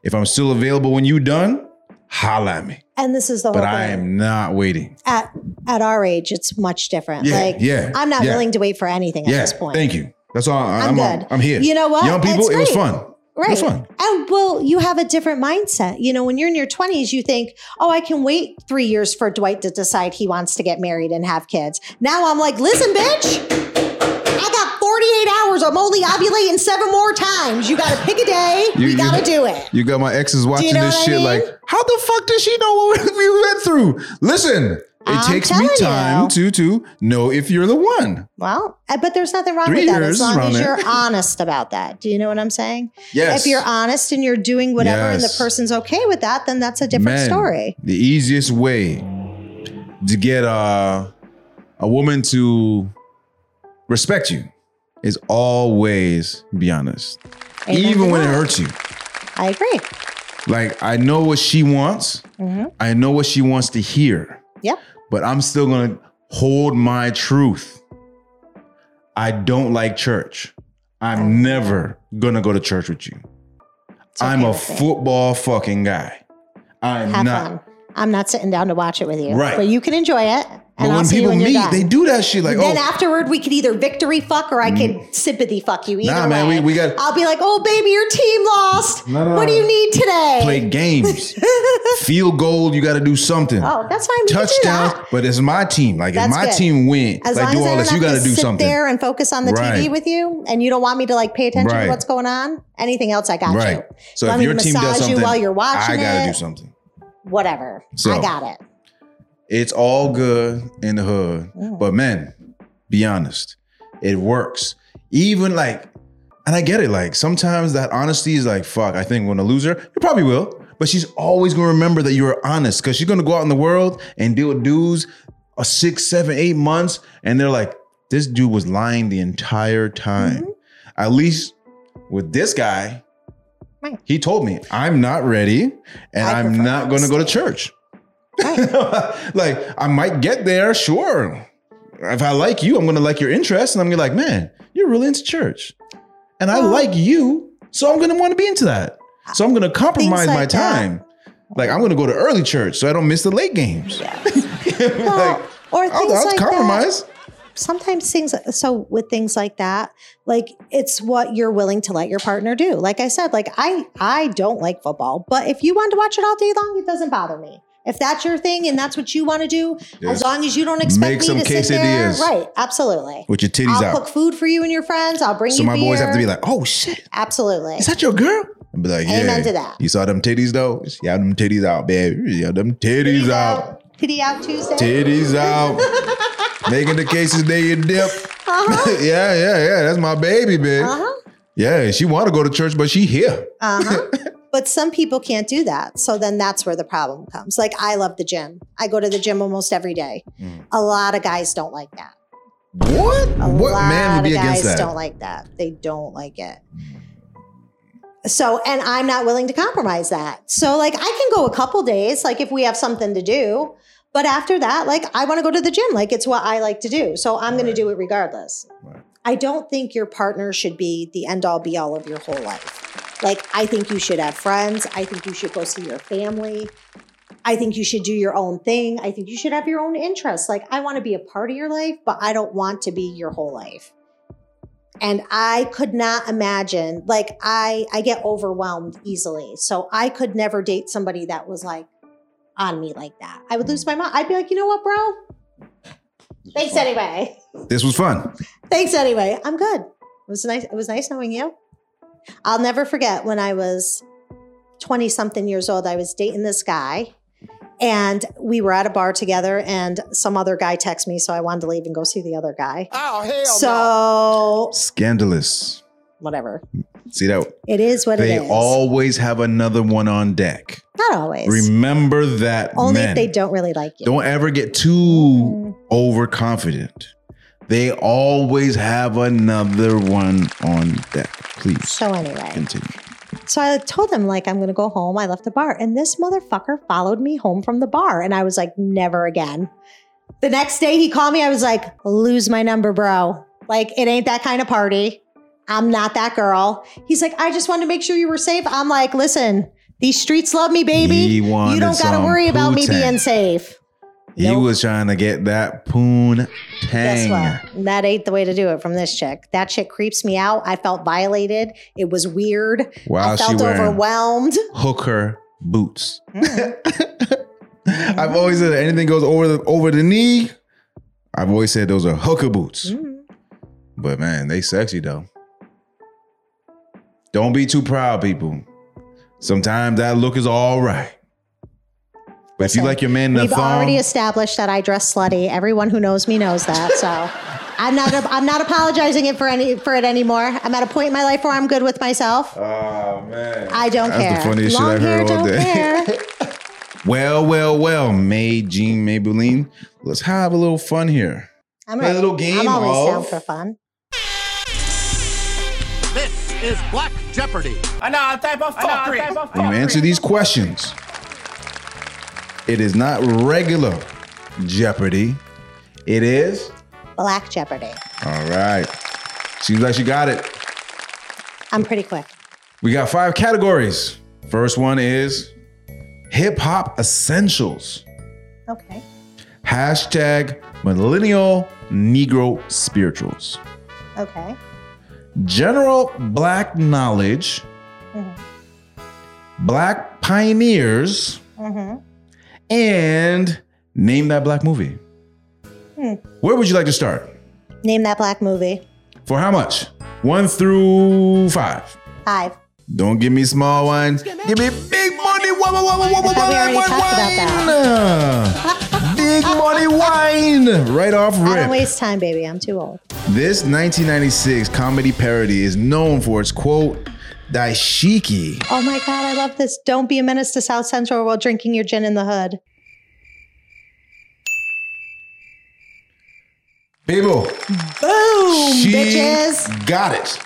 If I'm still available when you done, holla at me. And this is the whole But thing. I am not waiting. at at our age, it's much different. Yeah, like yeah, I'm not yeah. willing to wait for anything at Yeah, this point. Thank you. That's all. I- I'm, I'm I'm, good. I'm here. You know what? Young people, It's it was great. fun. Right. It's fun. And well, you have a different mindset. You know, when you're in your 20s, you think, oh, I can wait three years for Dwight to decide he wants to get married and have kids. Now I'm like, listen, bitch, I got 48 hours. I'm only ovulating seven more times. You got to pick a day. You- we you- got to do it. You got my exes watching know this what I shit mean? like, how the fuck does she know what we went through? Listen, it I'm takes me telling time to to know if you're the one. Well, uh, but there's nothing wrong Three with that years is as long around as it. you're honest about that. Do you know what I'm saying? Yes. If you're honest and you're doing whatever and the Yes. person's okay with that, then that's a different Men, story. The easiest way to get uh, a woman to respect you is always be honest, Ain't even nothing when it wrong. hurts you. I agree. Like I know what she wants. Mhm. I know what she wants to hear. Yep. But I'm still gonna hold my truth. I don't like church. I'm never gonna go to church with you. It's okay I'm a with me. football fucking guy. I'm Have not. fun. I'm not sitting down to watch it with you. Right. But you can enjoy it. And But I'll when see you people when meet, you're done. they do that shit like, then oh, Mm. afterward, we could either victory fuck or I could sympathy fuck you. Either Nah, man, way. we- we got- I'll be like, oh, baby, your team lost. No, no, what do no. you need today? play games, field goal, you got to do something. Oh, that's fine. We can do that. Touchdown, but it's my team. Like if That's my good. team win, As like long do as I all don't this, have you got to do sit something. there and focus on the Right. TV with you, and you don't want me to like pay attention Right. to what's going on, anything else I got Right. you. So Want if me your to team does massage you something, while you're watching I gotta it? do something. Whatever. So- I got it. It's all good in the hood, Mm. but men, be honest, it works. Even like, and I get it. Like sometimes that honesty is like, fuck. I think I'm gonna lose her. You probably will, but she's always gonna remember that you were honest because she's gonna go out in the world and deal with dudes, a six, seven, eight months, and they're like, this dude was lying the entire time. At least with this guy, Mm-hmm. Right. he told me I'm not ready, and I I'm prefer not gonna go to honesty. church. like I might get there, sure. If I like you, I'm gonna like your interests, and I'm gonna be like, man, you're really into church, and I Well- like you, so I'm gonna want to be into that. So I'm gonna compromise my like that. time. Like I'm gonna go to early church so I don't miss the late games. Well, like, or I'll, things I'll like that. compromise. sometimes things so with things like that like it's what you're willing to let your partner do like i said like i i don't like football but if you want to watch it all day long it doesn't bother me if that's your thing and that's what you want to do Yes. as long as you don't expect Make me some to sit there quesadillas. right absolutely With your titties i'll out. cook food for you and your friends i'll bring So you my beer. boys have to be like, oh shit, absolutely is that your girl? I'd be like, yeah. Amen to that. You saw them titties though? Yeah, them titties out, baby. Yeah, them titties out. titty out tuesday Titties out. Making the cases day you dip. uh-huh yeah, yeah, yeah. That's my baby, bitch. uh-huh Yeah, she want to go to church, but she here. Uh-huh. but some people can't do that. So then that's where the problem comes. Like I love the gym. I go to the gym almost every day. Mm. A lot of guys don't like that. What? A what lot man would be of against guys that? Mm. don't like that. They don't like it. So and I'm not willing to compromise that. So like I can go a couple days, like if we have something to do. But after that, like I want to go to the gym. Like it's what I like to do. So I'm going to do it regardless. Right. I don't think your partner should be the end all be all of your whole life. Like I think you should have friends. I think you should go see your family. I think you should do your own thing. I think you should have your own interests. Like, I want to be a part of your life, but I don't want to be your whole life. And I could not imagine, like, I, I get overwhelmed easily. So I could never date somebody that was like on me like that. I would lose my mind. I'd be like, you know what, bro? Thanks anyway. This was fun. Thanks anyway. I'm good. It was nice. It was nice knowing you. I'll never forget when I was 20 something years old, I was dating this guy and we were at a bar together and some other guy texted me. So I wanted to leave and go see the other guy. Oh, so hell Scandalous. whatever. See that? It is what They it is. always have another one on deck. Not always. Remember that. Only men. if they don't really like you. Don't ever get too Mm. overconfident. They always have another one on deck. Please So anyway. continue. So I told him like I'm gonna go home. I left the bar, and this motherfucker followed me home from the bar, and I was like, never again. The next day he called me. I was like, lose my number, bro. Like it ain't that kind of party. I'm not that girl. He's like, I just wanted to make sure you were safe. I'm like, listen, these streets love me, baby. He you wanted don't gotta some worry about me poo-tang. being safe. He Nope. was trying to get that poon Guess tang. what? That ain't the way to do it from this chick. That chick creeps me out. I felt violated. It was weird. While I she felt wearing overwhelmed. hooker boots. Mm. I've always said anything goes over the over the knee. I've always said those are hooker boots. Mm. But man, they sexy though. Don't be too proud, people. Sometimes that look is all right. But if you Listen, like your man in a We've thong, already established that I dress slutty. Everyone who knows me knows that. So I'm not I'm not apologizing it for any for it anymore. I'm at a point in my life where I'm good with myself. oh man, I don't That's care. the funniest Long shit I've hair, heard all don't day. care. Well, well, well, May Jean Maybelline, let's have a little fun here. I'm Play a ready. little game I'm always down of- for fun. This is Black Jeopardy. Anon, type of fuckery. You answer these questions. It is not regular Jeopardy. It is Black Jeopardy. all right. Seems like she got it. I'm pretty quick. We got five categories. First one is hip hop essentials. Okay. Hashtag millennial Negro spirituals. Okay. General black knowledge. Mhm. Black pioneers. Mm-hmm. And name that black movie. Hmm. Where would you like to start? Name that black movie. For how much? One through five. Five. Don't give me small one. Give me big money. Wine, wine, wine, wine, wine, thought we already wine, talked wine. about Big money wine. Right off I don't rip. waste time, baby. I'm too old. This 1996 comedy parody is known for its quote, Daishiki. Oh my God, I love this. Don't be a menace to South Central while drinking your gin in the hood. People, Boom, she bitches. got it.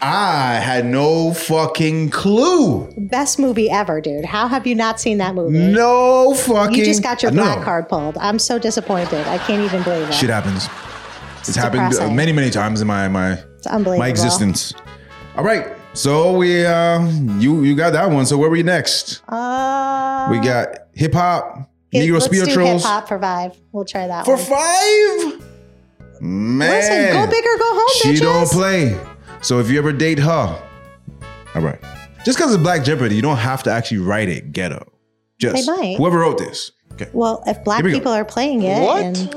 I had no fucking clue. Best movie ever, dude. How have you not seen that movie? No fucking. You just got your no. black card pulled. I'm so disappointed. I can't even believe it. Shit happens. It's, happened uh, depressing. many, many times in my my It's unbelievable. my existence. All right. So we uh you you got that one. So where were you next? Uh, we got hip hop, hip- Negro let's do hip spirituals. hop for five. We'll try that For one. five? Man. Listen, go big or go home, She Oh, bitches. don't play. So if you ever date her, all right. Just because it's Black Jeopardy, you don't have to actually write it ghetto. Just They might. whoever wrote this. Okay. Well, if black Here we go. people are playing it, What? and-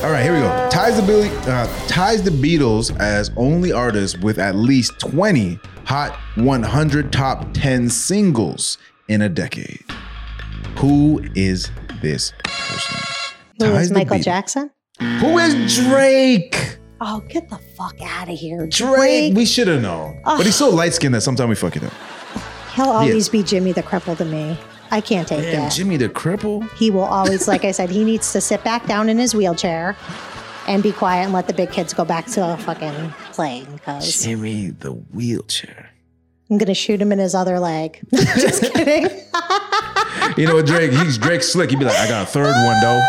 All right, here we go. Ties the, Billy, uh, ties the Beatles as only artist with at least 20 Hot 100 Top 10 singles in a decade. Who is this person? who Ties is the Michael Beatles. Jackson? Who is Drake? Oh, get the fuck out of here, Drake. Drake. We should have known. But he's so light skinned that sometimes we fuck it up. He'll always be Jimmy the Cripple to me. I can't take Damn, it. Jimmy the Cripple. he will always, like I said, he needs to sit back down in his wheelchair and be quiet and let the big kids go back to fucking playing because. Jimmy the wheelchair. I'm gonna shoot him in his other leg. Just kidding. You know what, Drake? He's Drake slick. He'd be like, I got a third one though.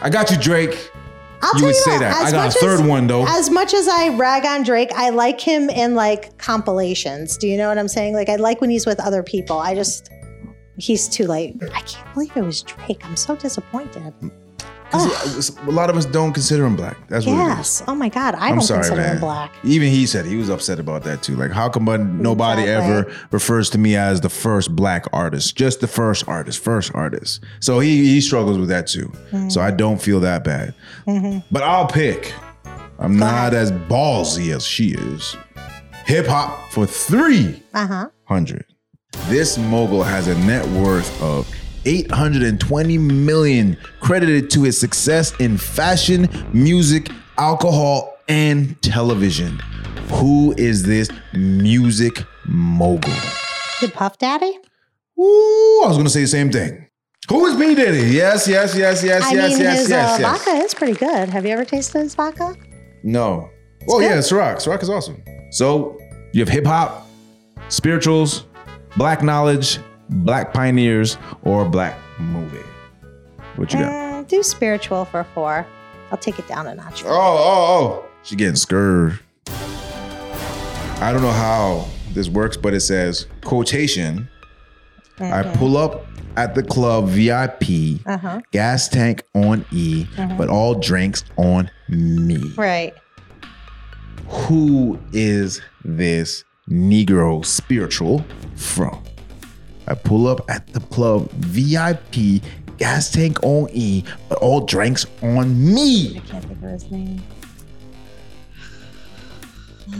I got you, Drake. I'll You tell would you say what, that. as I got a much as- third one though. As much as I rag on Drake, I like him in like compilations. Do you know what I'm saying? Like I like when he's with other people. I just He's too late. I can't believe it was Drake. I'm so disappointed. 'Cause A lot of us don't consider him black. That's what it is. Yes. Oh my God. I I'm don't sorry, consider man. him black. Even he said he was upset about that too. Like, how come nobody Exactly. ever refers to me as the first black artist? Just the first artist, first artist. So he he struggles with that too. Mm-hmm. So I don't feel that bad. But I'll pick. I'm not as ballsy as she is. Hip hop for three Uh huh. hundred. This mogul has a net worth of 820 million credited to his success in fashion, music, alcohol, and television. Who is this music mogul? Did Puff Daddy? Ooh, I was gonna say the same thing. Who is P. Diddy? Yes, yes, yes, yes, I yes, mean, yes, his yes, uh, yes. vodka is pretty good. Have you ever tasted his vodka? No. oh yeah, Ciroc. Ciroc is awesome. So you have hip hop, spirituals, black knowledge, black pioneers, or black movie. What you got? Mm, do spiritual for four. I'll take it down a notch. Oh, oh, oh. She getting scared. I don't know how this works, but it says quotation. I pull up at the club VIP, Uh-huh. gas tank on E, but all drinks on me. Right. who is this Negro spiritual from? I pull up at the club VIP, gas tank on E, but all drinks on me. Can't think of his name.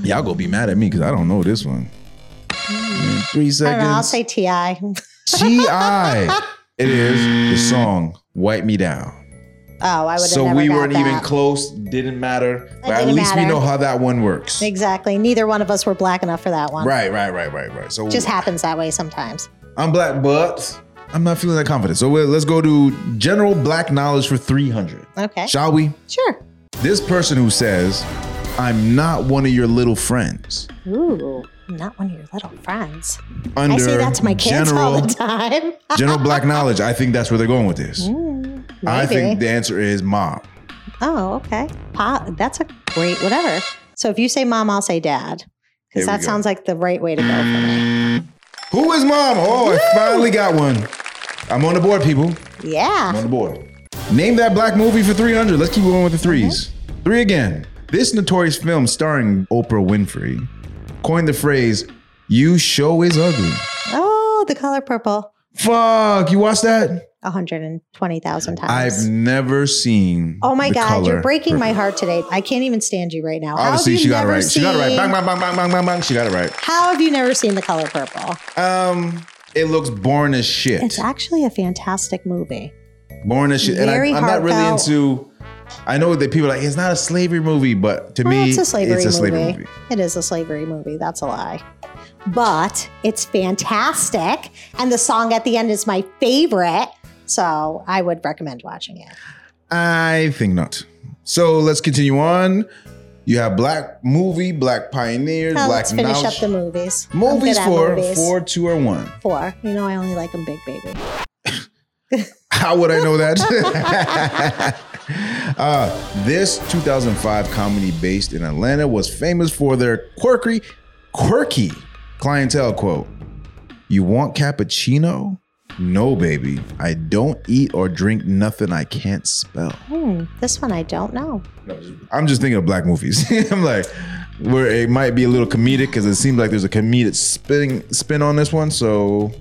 Y'all gonna be mad at me because I don't know this one. In three I don't know. I'll seconds. say T.I. T.I. it is the song Wipe Me Down. Oh, I would have So never we got weren't even that. close, didn't matter. But at didn't least we matter. know how that one works. Exactly. Neither one of us were black enough for that one. Right, right, right, right, right. So Just happens that way sometimes. I'm black, but I'm not feeling that confident. So we'll- let's go to general black knowledge for 300. Okay. Shall we? Sure. This person who says, I'm not one of your little friends. Ooh, not one of your little friends. Under I say that to my kids general, all the time. general black knowledge, I think that's where they're going with this. I Maybe. think the answer is mom. oh, okay. Pop. That's a great whatever. So if you say mom, I'll say dad. Here we Because that go. sounds like the right way to go for me. Who is mom? Oh, I finally got one. I'm on the board, people. I'm Yeah. on the board. Name that black movie for 300. Let's keep going with the 3s Three again. This notorious film starring Oprah Winfrey coined the phrase, you show is ugly. Oh, the color purple. Fuck, you watched that? 120,000 times. I've never seen. oh my The God, Color you're breaking my Purple. heart today. I can't even stand you right now. How Obviously, have you she got it never right. She got it right. seen- Bang, bang, bang, bang, bang, bang, bang. She got it right. How have you never seen the color purple? Um, it looks born as shit. It's actually a fantastic movie. born as shit. And I, very I'm not really heartfelt. into. I know that people are like it's not a slavery movie, but to Well, me, it's a slavery it's a movie. slavery movie. It is a slavery movie. That's a lie. But it's fantastic. And the song at the end is my favorite. So I would recommend watching it. I think not. So let's continue on. You have black movie, black pioneers, Now black let's finish knowledge. up the movies. I'm movies good at for movies. four, two, or one. Four. You know, I only like them big, baby. How would I know that? uh, this 2005 comedy based in Atlanta was famous for their quirky, quirky clientele quote. You want cappuccino? No, baby. I don't eat or drink nothing I can't spell. Hmm, this one I don't know. I'm just thinking of black movies. I'm like, where it might be a little comedic because it seems like there's a comedic spin spin on this one. So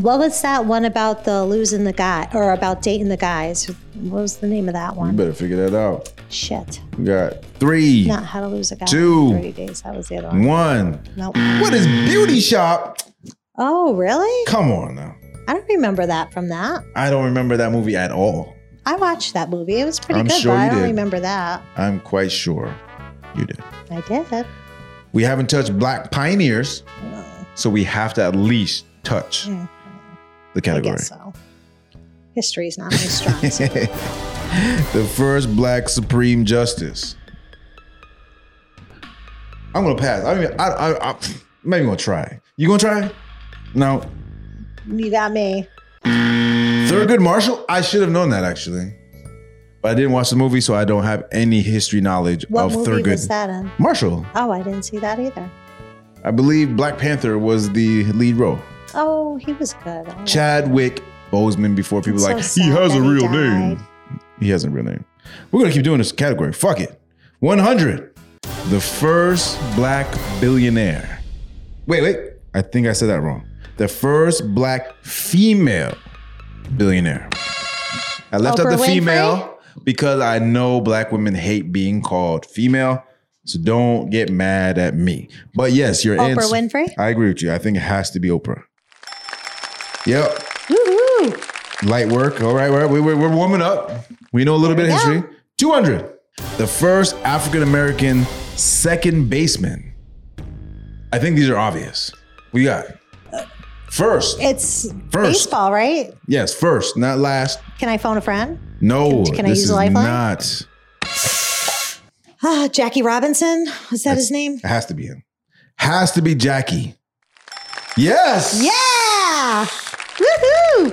What was that one about the losing the guy or about dating the guys? What was the name of that you one? better figure that out. Shit. We got three, Not how to lose a guy Two. in 30 days. That was the other one. one. Nope. What is beauty shop? Oh, really? Come on now. I don't remember that from that. I don't remember that movie at all. I watched that movie. It was pretty I'm good, sure but you I don't did. remember that. I'm quite sure you did. I did. We haven't touched Black Pioneers, so we have to at least touch Mm. the I category. guess so. History's not my strong suit. the first black Supreme Justice. I'm gonna pass. I mean, I, I, I maybe gonna try. You gonna try? No. You got me. Thurgood Marshall. I should have known that actually, but I didn't watch the movie, so I don't have any history knowledge What of movie Oh, Thurgood was that in? Marshall. Oh, I didn't see that either. I believe Black Panther was the lead role. Oh, he was good. Oh, Chadwick Bozeman before people It's like so he sad has a that he real died." name. He has a real name. We're gonna keep doing this category. Fuck it. 100. The first black billionaire. Wait, wait. I think I said that wrong. The first black female billionaire. I left out Oprah the Winfrey? female because I know black women hate being called female. So don't get mad at me. But yes, you're in. Oprah Winfrey? I agree with you. I think it has to be Oprah. Yep. Woohoo! Light work. All right, all right. We, we're, we're warming up. We know a little bit of history. 200. The first African American second baseman. I think these are obvious. We got first. It's First. baseball, right? Yes, first, not last. Can I phone a friend? No, Can- can I this use is a lifeline? not. Ah, Jackie Robinson. Was that his name? It has to be him. Has to be Jackie. Yes. Yeah!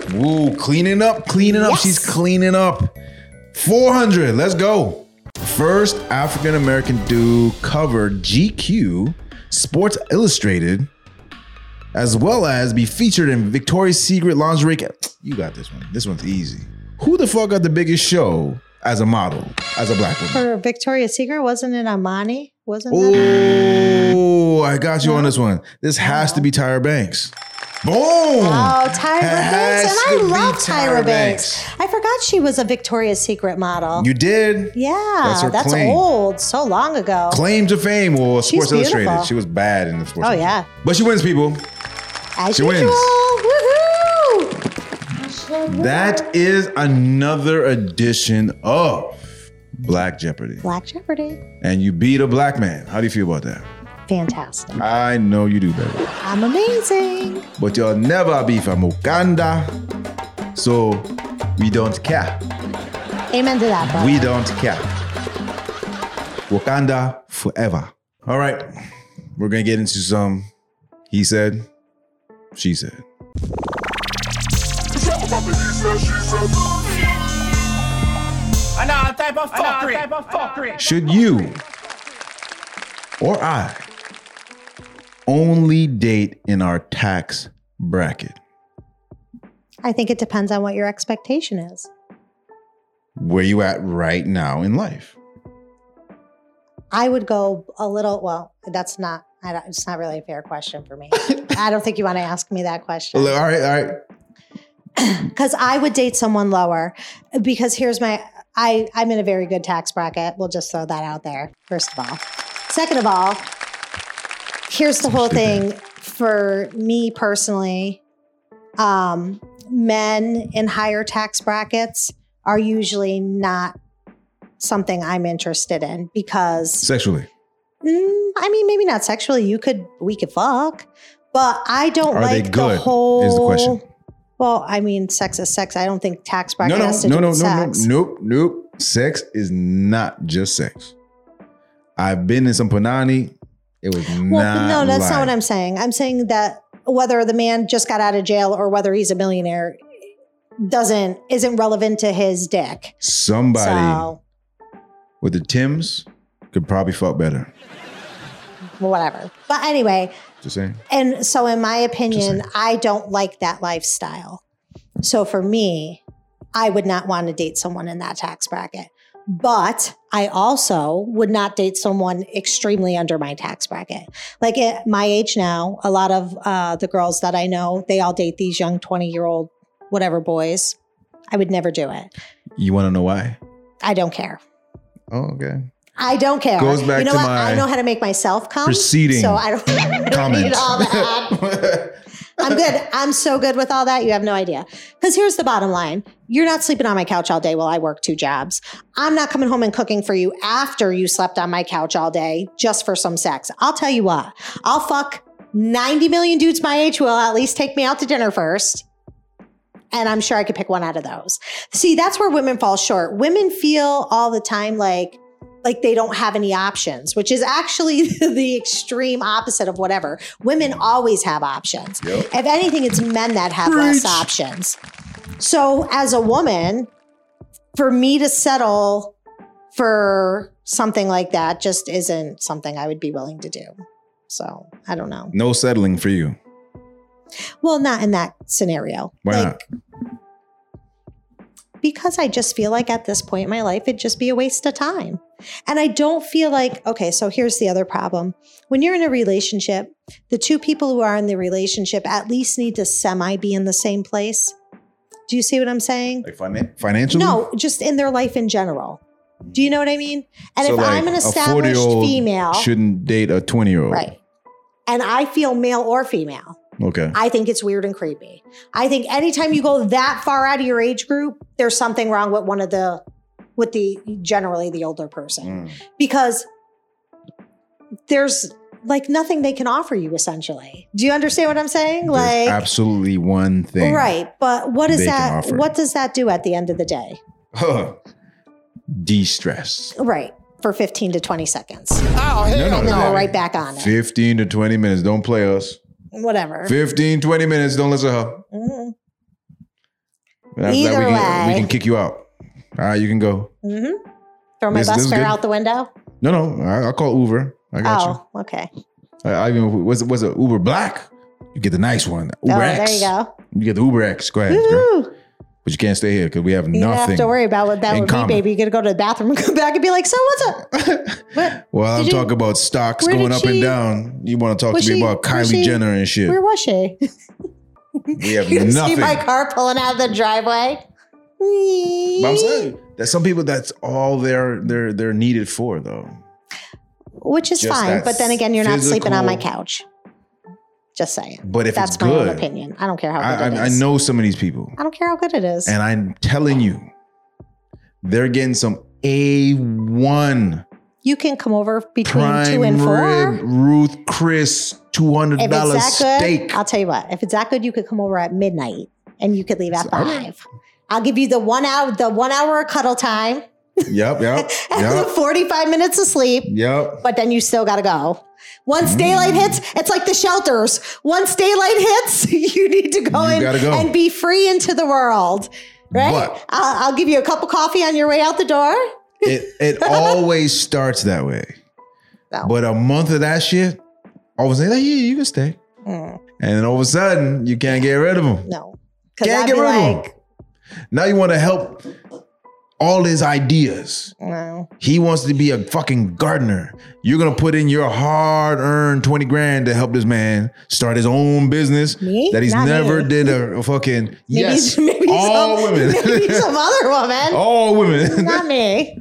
Woohoo! Ooh, cleaning up, cleaning up. Yes. She's cleaning up. 400. Let's go. First African American to cover GQ, Sports Illustrated, as well as be featured in Victoria's Secret lingerie. ca- You got this one. This one's easy. Who the fuck got the biggest show as a model, as a black woman? For Victoria's Secret, wasn't it Amani? Wasn't that? Oh, I got you on this one. This has to be Tyra Banks. Boom! Oh, Tyra Has Banks. And I to be love Tyra, Tyra Banks. Banks. I forgot she was a Victoria's Secret model. You did. yeah, That's that's, her claim. old, so long ago. Claim to fame or Sports beautiful. Illustrated. She was bad in the Sports Oh, Illustrated. yeah. But she wins, people. As She usual. wins. Woohoo! That is another edition of Black Jeopardy. Black Jeopardy. And you beat a black man. How do you feel about that? Fantastic. I know you do, baby. I'm amazing. But you'll never be from Uganda. So we don't care. Amen to that, brother. We don't care. Wakanda forever. All right. We're going to get into some he said, she said. Another type of fuckery. type of fuckery. Should you or I only date in our tax bracket? I think it depends on what your expectation is. Where you at right now in life? I would go a little, well, that's not, I don't, it's not really a fair question for me. I don't think you want to ask me that question. All right, all right. because I would date someone lower. Because here's my I I'm in a very good tax bracket. We'll just throw that out there. First of all, second of all, here's the whole thing for me personally. Um, men in higher tax brackets are usually not something I'm interested in because Sexually, Mm, I mean, maybe not sexually. You could, we could fuck, but I don't Are they like good, the is the whole. question. Well, I mean, sex is sex. I don't think tax no, bracket no, has to no, no, do no, with no, sex. nope, nope. Sex is not just sex. I've been in some panani. It was Well, not. no, that's live. not what I'm saying. I'm saying that whether the man just got out of jail or whether he's a millionaire doesn't isn't relevant to his dick. Somebody So with the Tims could probably fuck better. whatever. But anyway, Just saying. And so, in my opinion, Interesting. I don't like that lifestyle. So, for me, I would not want to date someone in that tax bracket. But I also would not date someone extremely under my tax bracket. Like at my age now, a lot of uh, the girls that I know, they all date these young 20 year old, whatever boys. I would never do it. You want to know why? I don't care. Oh, okay. I don't care. Goes back you know to what? my I know how to make myself come. preceding So I don't need Comment. all that. I'm good. I'm so good with all that. You have no idea. Because here's the bottom line you're not sleeping on my couch all day while I work two jobs. I'm not coming home and cooking for you after you slept on my couch all day just for some sex. I'll tell you what, I'll fuck 90 million dudes my age who will at least take me out to dinner first. And I'm sure I could pick one out of those. See, that's where women fall short. Women feel all the time like, like they don't have any options, which is actually the extreme opposite of whatever. Women always have options. If anything, it's men that have less options. So, as a woman, for me to settle for something like that just isn't something I would be willing to do. So, I don't know. No settling for you. Well, not in that scenario. Why like, because I just feel like at this point in my life, it'd just be a waste of time. And I don't feel like, okay, so here's the other problem. When you're in a relationship, the two people who are in the relationship at least need to semi be in the same place. Do you see what I'm saying? Like finan- financially? No, just in their life in general. Do you know what I mean? And So, if like, I'm an a established 40-year-old female, Shouldn't date a 20 year old. right, and I feel male or female, Okay. I think it's weird and creepy. I think anytime you go that far out of your age group, there's something wrong with one of the with the generally the older person Mm. because there's like nothing they can offer you essentially. Do you understand what I'm saying? There's Like absolutely one thing. right, but what is they can that offer. what does that do at the end of the day? Huh. De stress. Right, for 15 to 20 seconds. Oh, No, no, And then we're right back on it. 15 to 20 minutes. Don't play us. Whatever. 15, 20 minutes. Don't listen to her. Mhm. And after Either that, we, can, we way. can kick you out. All right, you can go. Mhm. Throw my This- this bus is fare good. out the window. No, no, I, I'll call Uber. I got you. Oh, okay. I, I even was was it Uber Black? You get the nice one. Uber oh, X. there you go. You get the Uber X. Go ahead, girl. Woo-hoo. but you can't stay here because we have You don't nothing. have to worry about what that in would common. be, baby. You gotta go to the bathroom and come back and be like, so what's up? What? well, I'm Did you- talking about stocks Where going did up she- and down. You want to talk Was to me she- about was Kylie she- Jenner and shit? Where was she? we have You see nothing. my car pulling out of the driveway. But I'm saying that some people that's all they're they're they're needed for though. Which is Just fine, that but then again, you're not sleeping on my physical- couch. Just saying. But if That's it's my own good, opinion. I don't care how I, good I, it I is. know some of these people, I don't care how good it is. and I'm telling you, they're getting some a one you can come over between two prime and four. rib Ruth Chris two hundred if it's dollar that good, steak. I'll tell you what. If it's that good, you could come over at midnight and you could leave at So, all right. five. I'll give you the one hour, the one hour of cuddle time Yep, yep, and the yep, forty-five minutes of sleep. yep. but then you still got to go. Mm. Once daylight hits, it's like the shelters. Once daylight hits, you need to go You in gotta go. and be free into the world, right? But- I'll, I'll give you a cup of coffee on your way out the door. It it always starts that way. No. But a month of that shit, all of a sudden, like, yeah, you can stay, Mm, and then all of a sudden, you can't get rid of them. no, because Can't I'd get be rid of 'em. like, Now you want to help all his ideas. no, He wants to be a fucking gardener. You're gonna put in your hard-earned twenty grand to help this man start his own business Me? that he's Not never me. did a, a fucking maybe, yes. maybe all some, women. maybe some other woman. all women. Not me.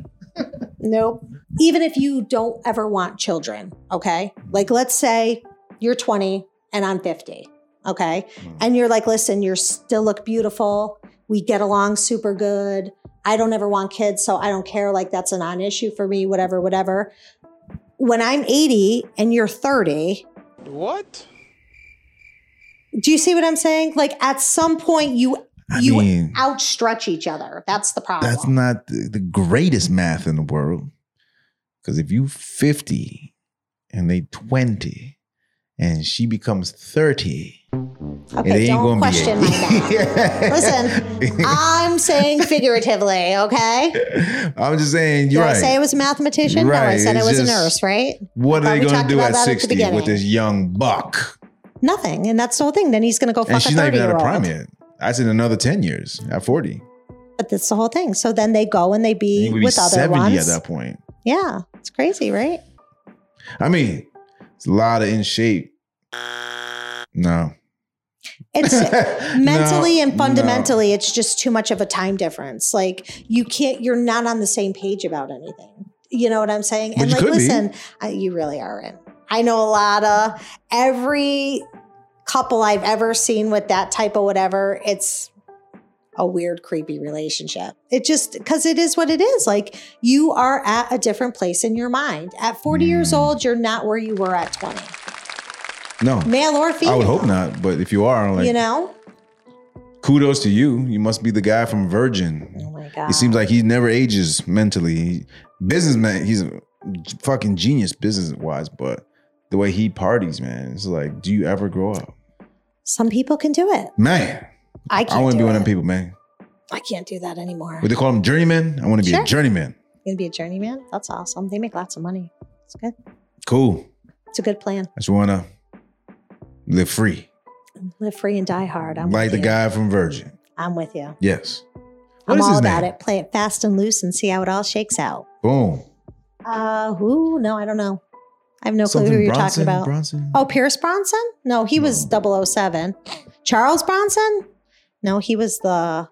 Nope. Even if you don't ever want children, okay? Like, let's say you're 20 and I'm 50, okay? Mm. And you're like, listen, you still look beautiful. We get along super good. I don't ever want kids, so I don't care. Like, that's a non issue for me, whatever, whatever. When I'm 80 and you're 30, What? do you see what I'm saying? Like, at some point, you I you mean- outstretch each other. That's the problem. That's not the, the greatest math in the world. Because if you 50 and they 20 and she becomes 30, it okay, ain't don't gonna question be my math. it. Listen, I'm saying figuratively, okay? Did I'm just saying, I you're right. say I was a mathematician? No, I Right, said I it's was just- a nurse, right? what But are they we going talked to do about at that at the 60 with beginning. this young buck? Nothing. And that's the whole thing. Then he's going to go fuck and she's a not 30 even out year of prime old. yet. That's in another 10 years at 40. But that's the whole thing. So then they go and they You be would be with other 70 at ones. that point. Yeah. It's crazy, right? I mean, it's a lot of in shape. No. It's mentally mentally and fundamentally, it's just too much of a time difference. Like you can't, you're not on the same page about anything. You know what I'm saying? But and you like, could be. listen, I, you really aren't. I know a lot of every couple I've ever seen with that type of whatever. It's a weird, creepy relationship. It just because it is what it is. Like you are at a different place in your mind. At 40 years Mm. old, you're not where you were at 20, No. male or female. I would hope not, but if you are, like, you know? kudos to you. You must be the guy from Virgin. Oh my god! He seems like he never ages mentally. He, businessman, he's a fucking genius business wise, but the way he parties, man, it's like, do you ever grow up? Some people can do it. Man, I can't. I want to do be one it. of them people, man. I can't do that anymore. What they call them, journeyman? I want to be a Sure. journeyman. You're gonna be a journeyman. That's awesome. They make lots of money. It's good. Cool. It's a good plan. I just want to live free. Live free and die hard. I'm like with the you. guy from Virgin. I'm with you. Yes. I'm is all his about name? it. Play it fast and loose and see how it all shakes out. Boom. Uh, who? No, I don't know. I have no clue who you're Bronson, talking about. Bronson. Oh, Pierce Bronson? No, he was 007. Charles Bronson? No, he was the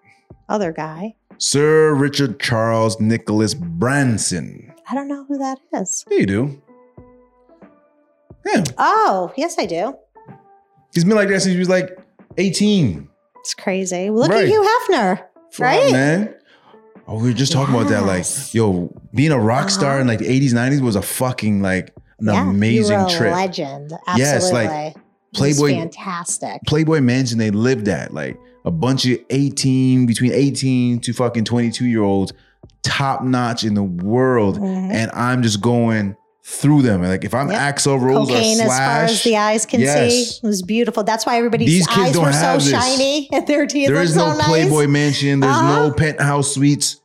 other guy. Sir Richard Charles Nicholas Branson. I don't know who that is. Yeah, you do. Yeah. Oh, yes, I do. He's been like that since he was like 18. It's crazy. Look Right. at Hugh Hefner. Fuck, Right? man. Oh, we were just talking about that. Like, Yes. yo, being a rock star Uh-huh. in like the 80s, 90s was a fucking like an Yeah, you were amazing a trip. Legend. Absolutely. Yes, like, He's Playboy- fantastic. Playboy Mansion, they lived at like a bunch of 18, between 18 to fucking 22 year olds, top notch in the world. Mhm. And I'm just going through them. And like if I'm Yep. Axl Rose Cocaine or as far Slash, as the eyes can Yes. see. It was beautiful. That's why everybody's These kids eyes don't were so have this. shiny and their teeth there looked is so no nice. Playboy Mansion, there's no Uh-huh. penthouse suites.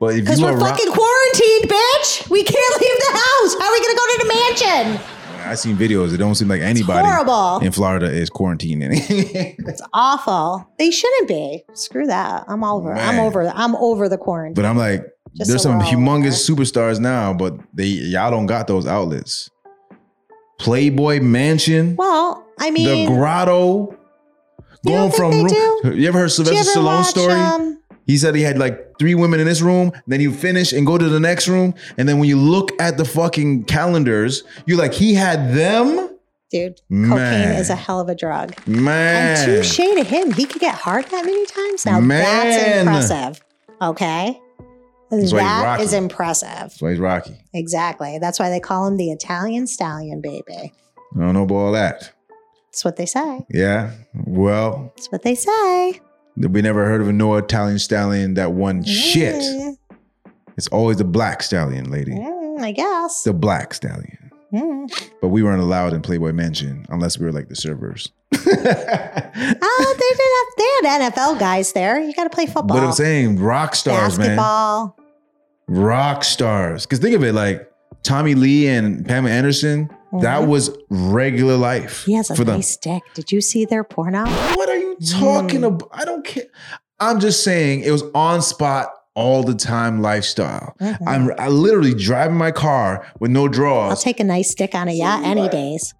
But if Because you we're are rock, fucking quarantined, bitch. We can't leave the house. How are we going to go to the mansion? I seen videos. It don't seem like anybody horrible. in Florida is quarantining. It's awful. They shouldn't be. Screw that. I'm over. I'm Man. over. I'm over the quarantine. but I'm like, Just there's so some we're all humongous superstars now, but they y'all don't got those outlets. Playboy Mansion, well, I the mean, Grotto. You don't think they you ever heard did you Sylvester ever Stallone watch, story? um, He said he had like three women in this room, then you finish and go to the next room. And then when you look at the fucking calendars, you're like, he had them? dude, Man. cocaine is a hell of a drug. Man. And touche to him. He could get hard that many times. Now that's Man. impressive. Okay. That's why he's That Rocky. is impressive. So he's Rocky. Exactly. That's why they call him the Italian stallion baby. I don't know about all that. That's what they say. Yeah. Well, That's what they say. we never heard of a no Italian stallion that won shit. Mm, It's always the black stallion, lady. mm, I guess. The black stallion. Mm. But we weren't allowed in Playboy Mansion unless we were like the servers. Oh, they did have they had NFL guys there. You got to play football, But I'm saying rock stars, man. basketball. rock stars. Because think of it, like Tommy Lee and Pamela Anderson, that Mhm. was regular life He has a for them. nice dick. Did you see their porno? What are you talking Mm. about? I don't care. I'm just saying it was on spot all the time lifestyle. Mhm. I'm I literally driving my car with no I'll draws. take a nice dick on a yacht any days.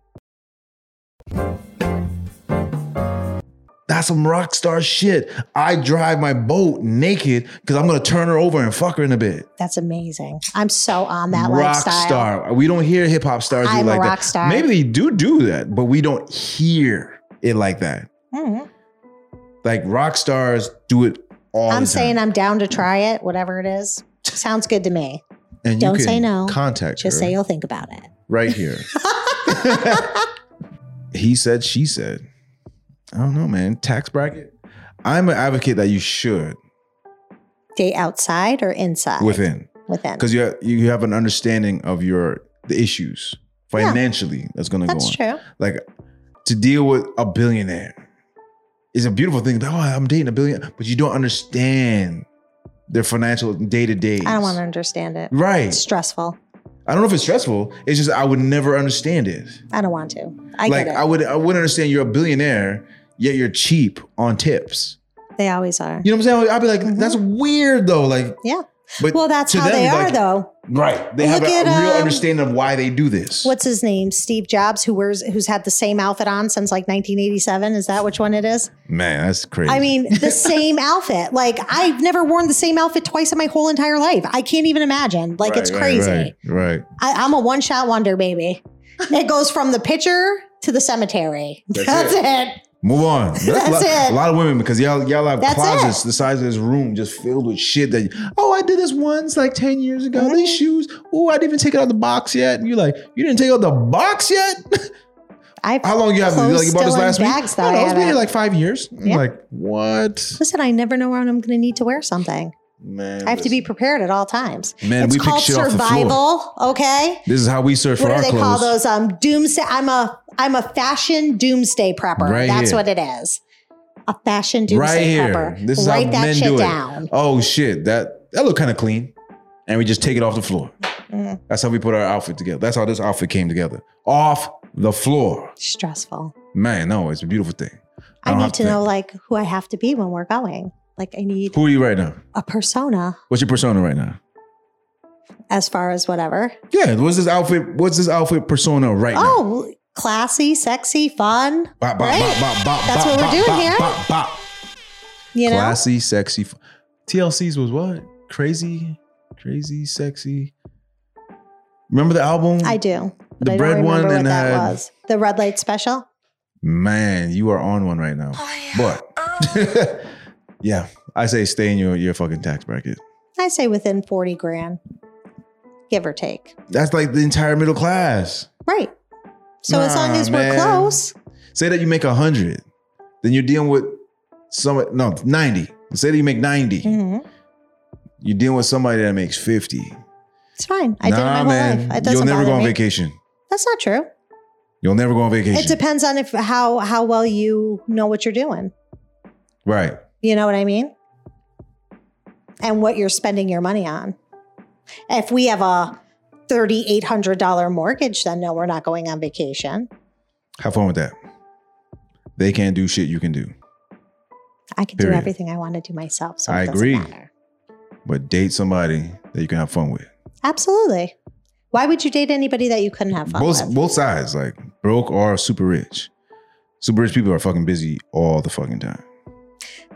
That's some rock star shit. I drive my boat naked because I'm gonna turn her over and fuck her in a bit. That's amazing. I'm so on that rock lifestyle. star. We don't hear hip hop stars do I'm a like rock that. star. Maybe they do do that, but we don't hear it like that. Mhm. Like rock stars do it all. I'm the saying time. I'm down to try it, whatever it is. Sounds good to me. and don't say no. Contact Just her say you'll think about it. right here. he said, she said. I don't know, man. Tax bracket. I'm an advocate that you should Date outside or inside? within Within. because you you have an understanding of your the issues Yeah. financially that's going to go on. That's true. like to deal with a billionaire is a beautiful thing. Like, oh, I'm dating a billionaire, but you don't understand their financial day to day. I don't want to understand it. Right. It's stressful. I don't know if it's stressful. It's just I would never understand it. I don't want to. I like get it. I would I wouldn't understand you're a billionaire, yet you're cheap on tips. they always are. You know what I'm saying? I'd be like, that's weird though. Like, Mm-hmm. Yeah. but Well, that's to how them, they are, like, though. Right. They have Look a, at, a real um, understanding of why they do this. What's his name? Steve Jobs, who wears, who's had the same outfit on since like 1987. Is that which one it is? man, that's crazy. I mean, the same outfit. Like I've never worn the same outfit twice in my whole entire life. I can't even imagine. Like it's crazy. Right. right. I, I'm a one shot wonder, baby. It goes from the pitcher to the cemetery. That's That's, it. Move on. That's, a, lot, That's it. a lot of women because y'all y'all have That's closets the size of this room just filled with shit that oh I did this once like ten years ago. Mm-hmm. These shoes. Oh I didn't even take it out of the box yet. And you're like you didn't take out the box yet. I've How long you have? clothes Like you bought this still in last week? bags that I I don't know, it's had been out. like five years. I'm Yeah. like what? Listen, I never know when I'm going to need to wear something. Man, I have to be prepared at all times. Man, it's we pick called shit off the floor. survival. Okay. This is how we search What for do our they clothes. call those? Um, doomsday. I'm a I'm a fashion doomsday prepper. Right That's here. what it is. A fashion right doomsday here. prepper. This is Write how that men shit do it. down. Oh shit, that that look kind of clean, and we just take it off the floor. Mm. That's how we put our outfit together. That's how this outfit came together. Off the floor, Stressful. man. No, it's a beautiful thing. don't I have need to to know think. like who I have to be when we're going. Like I need Who are you right now? a persona What's your persona right now? as far as whatever. Yeah, what's this outfit? What's this outfit persona right now? Oh, classy, sexy, fun. Bop, bop, right? bop, bop, bop, That's bop, what we're bop, doing bop, here. bop, bop. You know, Classy, sexy. f- TLC's was what? Crazy, crazy, sexy. Remember the album? I do. But The I bread don't one remember what and that had- was. The red light special. Man, you are on one right now. But yeah, I say stay in your, your fucking tax bracket. I say within 40 grand, give or take. That's like the entire middle class. Right. So as long Nah, as man. we're close, Say that you make a hundred, then you're dealing with some no ninety. Say that you make 90 mhm, you're dealing with somebody that makes fifty. it's fine. I did it my whole life. It doesn't You'll never bother go on me. vacation. That's not true. You'll never go on vacation. It depends on if how how well you know what you're doing. Right. You know what I mean? And what you're spending your money on. If we have a $3,800 mortgage, then no, we're not going on vacation. Have fun with that. They can't do shit you can do. I can Period. do everything I want to do myself. So I it doesn't agree. matter. But date somebody that you can have fun with. Absolutely. Why would you date anybody that you couldn't have fun both with? both sides, like broke or super rich. Super rich people are fucking busy all the fucking time.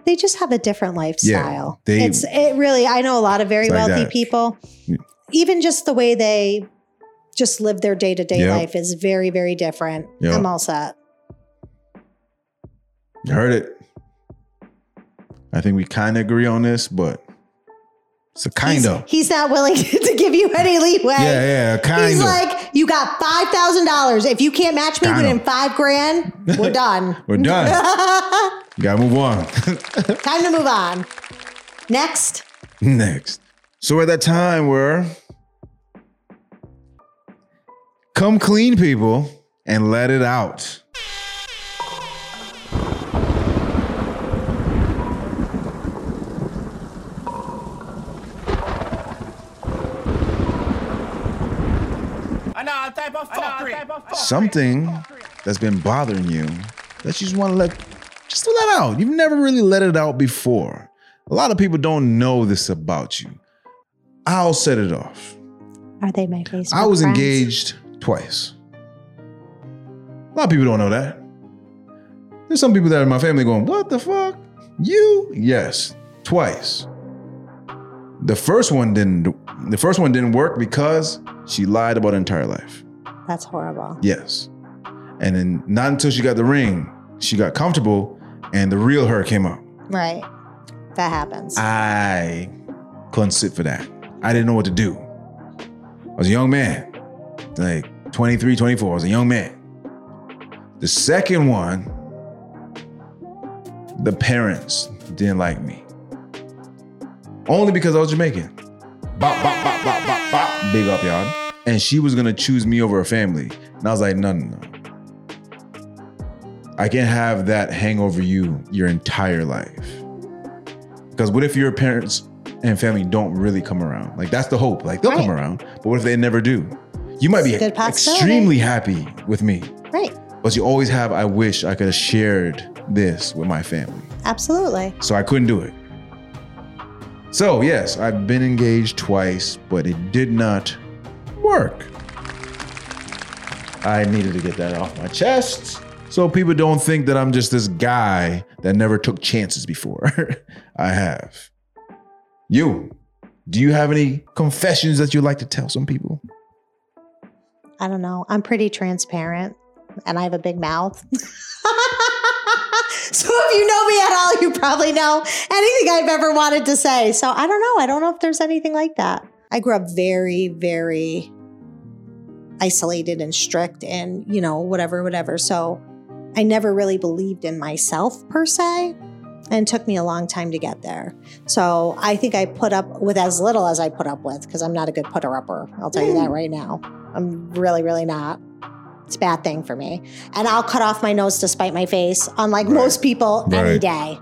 They just have a different lifestyle. they- it's it really. I know a lot of very It's like wealthy that. people. Yeah. Even just the way they just live their day to day Yep. life is very very different. Yep. I'm all set. You heard it. I think we kind of agree on this, but it's a kind he's, of. He's not willing to give you any leeway. Yeah, yeah, kind He's of. like, you got five thousand dollars. If you can't match me Kinda. within five grand, we're done. We're done. Time You gotta move on. to move on. Next. Next. So we're at that time where come clean people and let it out. Another type of fuckery. Type of fuckery. Something that's been bothering you that you just want to let just let out. You've never really let it out before. A lot of people don't know this about you. I'll set it off. Are they my Facebook? I was friends? engaged twice. A lot of people don't know that. There's some people that are in my family going, What the fuck? You? Yes, twice. The first one didn't the first one didn't work because she lied about her entire life. That's horrible. Yes. And then not until she got the ring, she got comfortable and the real her came up. Right. That happens. I couldn't sit for that. I didn't know what to do. I was a young man, like 23, 24. I was a young man. The second one, the parents didn't like me. Only because I was Jamaican. Bop, bop, bop, bop, bop, bop. Big up, y'all. And she was gonna choose me over her family. And I was like, no, no, no. I can't have that hang over you your entire life. Because what if your parents and family don't really come around? Like that's the hope. Like they'll come Right. around, but what if they never do? You might be It's a good possibility. extremely happy with me, right. but you always have. I wish I could have shared this with my family, Absolutely. so I couldn't do it. So yes, I've been engaged twice, but it did not work. I needed to get that off my chest. So people don't think that I'm just this guy that never took chances before. I have. You, do you have any confessions that you like to tell some people? I don't know. I'm pretty transparent and I have a big mouth. so if you know me at all, you probably know anything I've ever wanted to say. So I don't know. I don't know if there's anything like that. I grew up very, very isolated and strict and, you know, whatever, whatever. So I never really believed in myself per se. And it took me a long time to get there. So I think I put up with as little as I put up with because I'm not a good putter upper. I'll tell you that right now. I'm really, really not. It's a bad thing for me. And I'll cut off my nose to spite my face, unlike most people, any Right. day.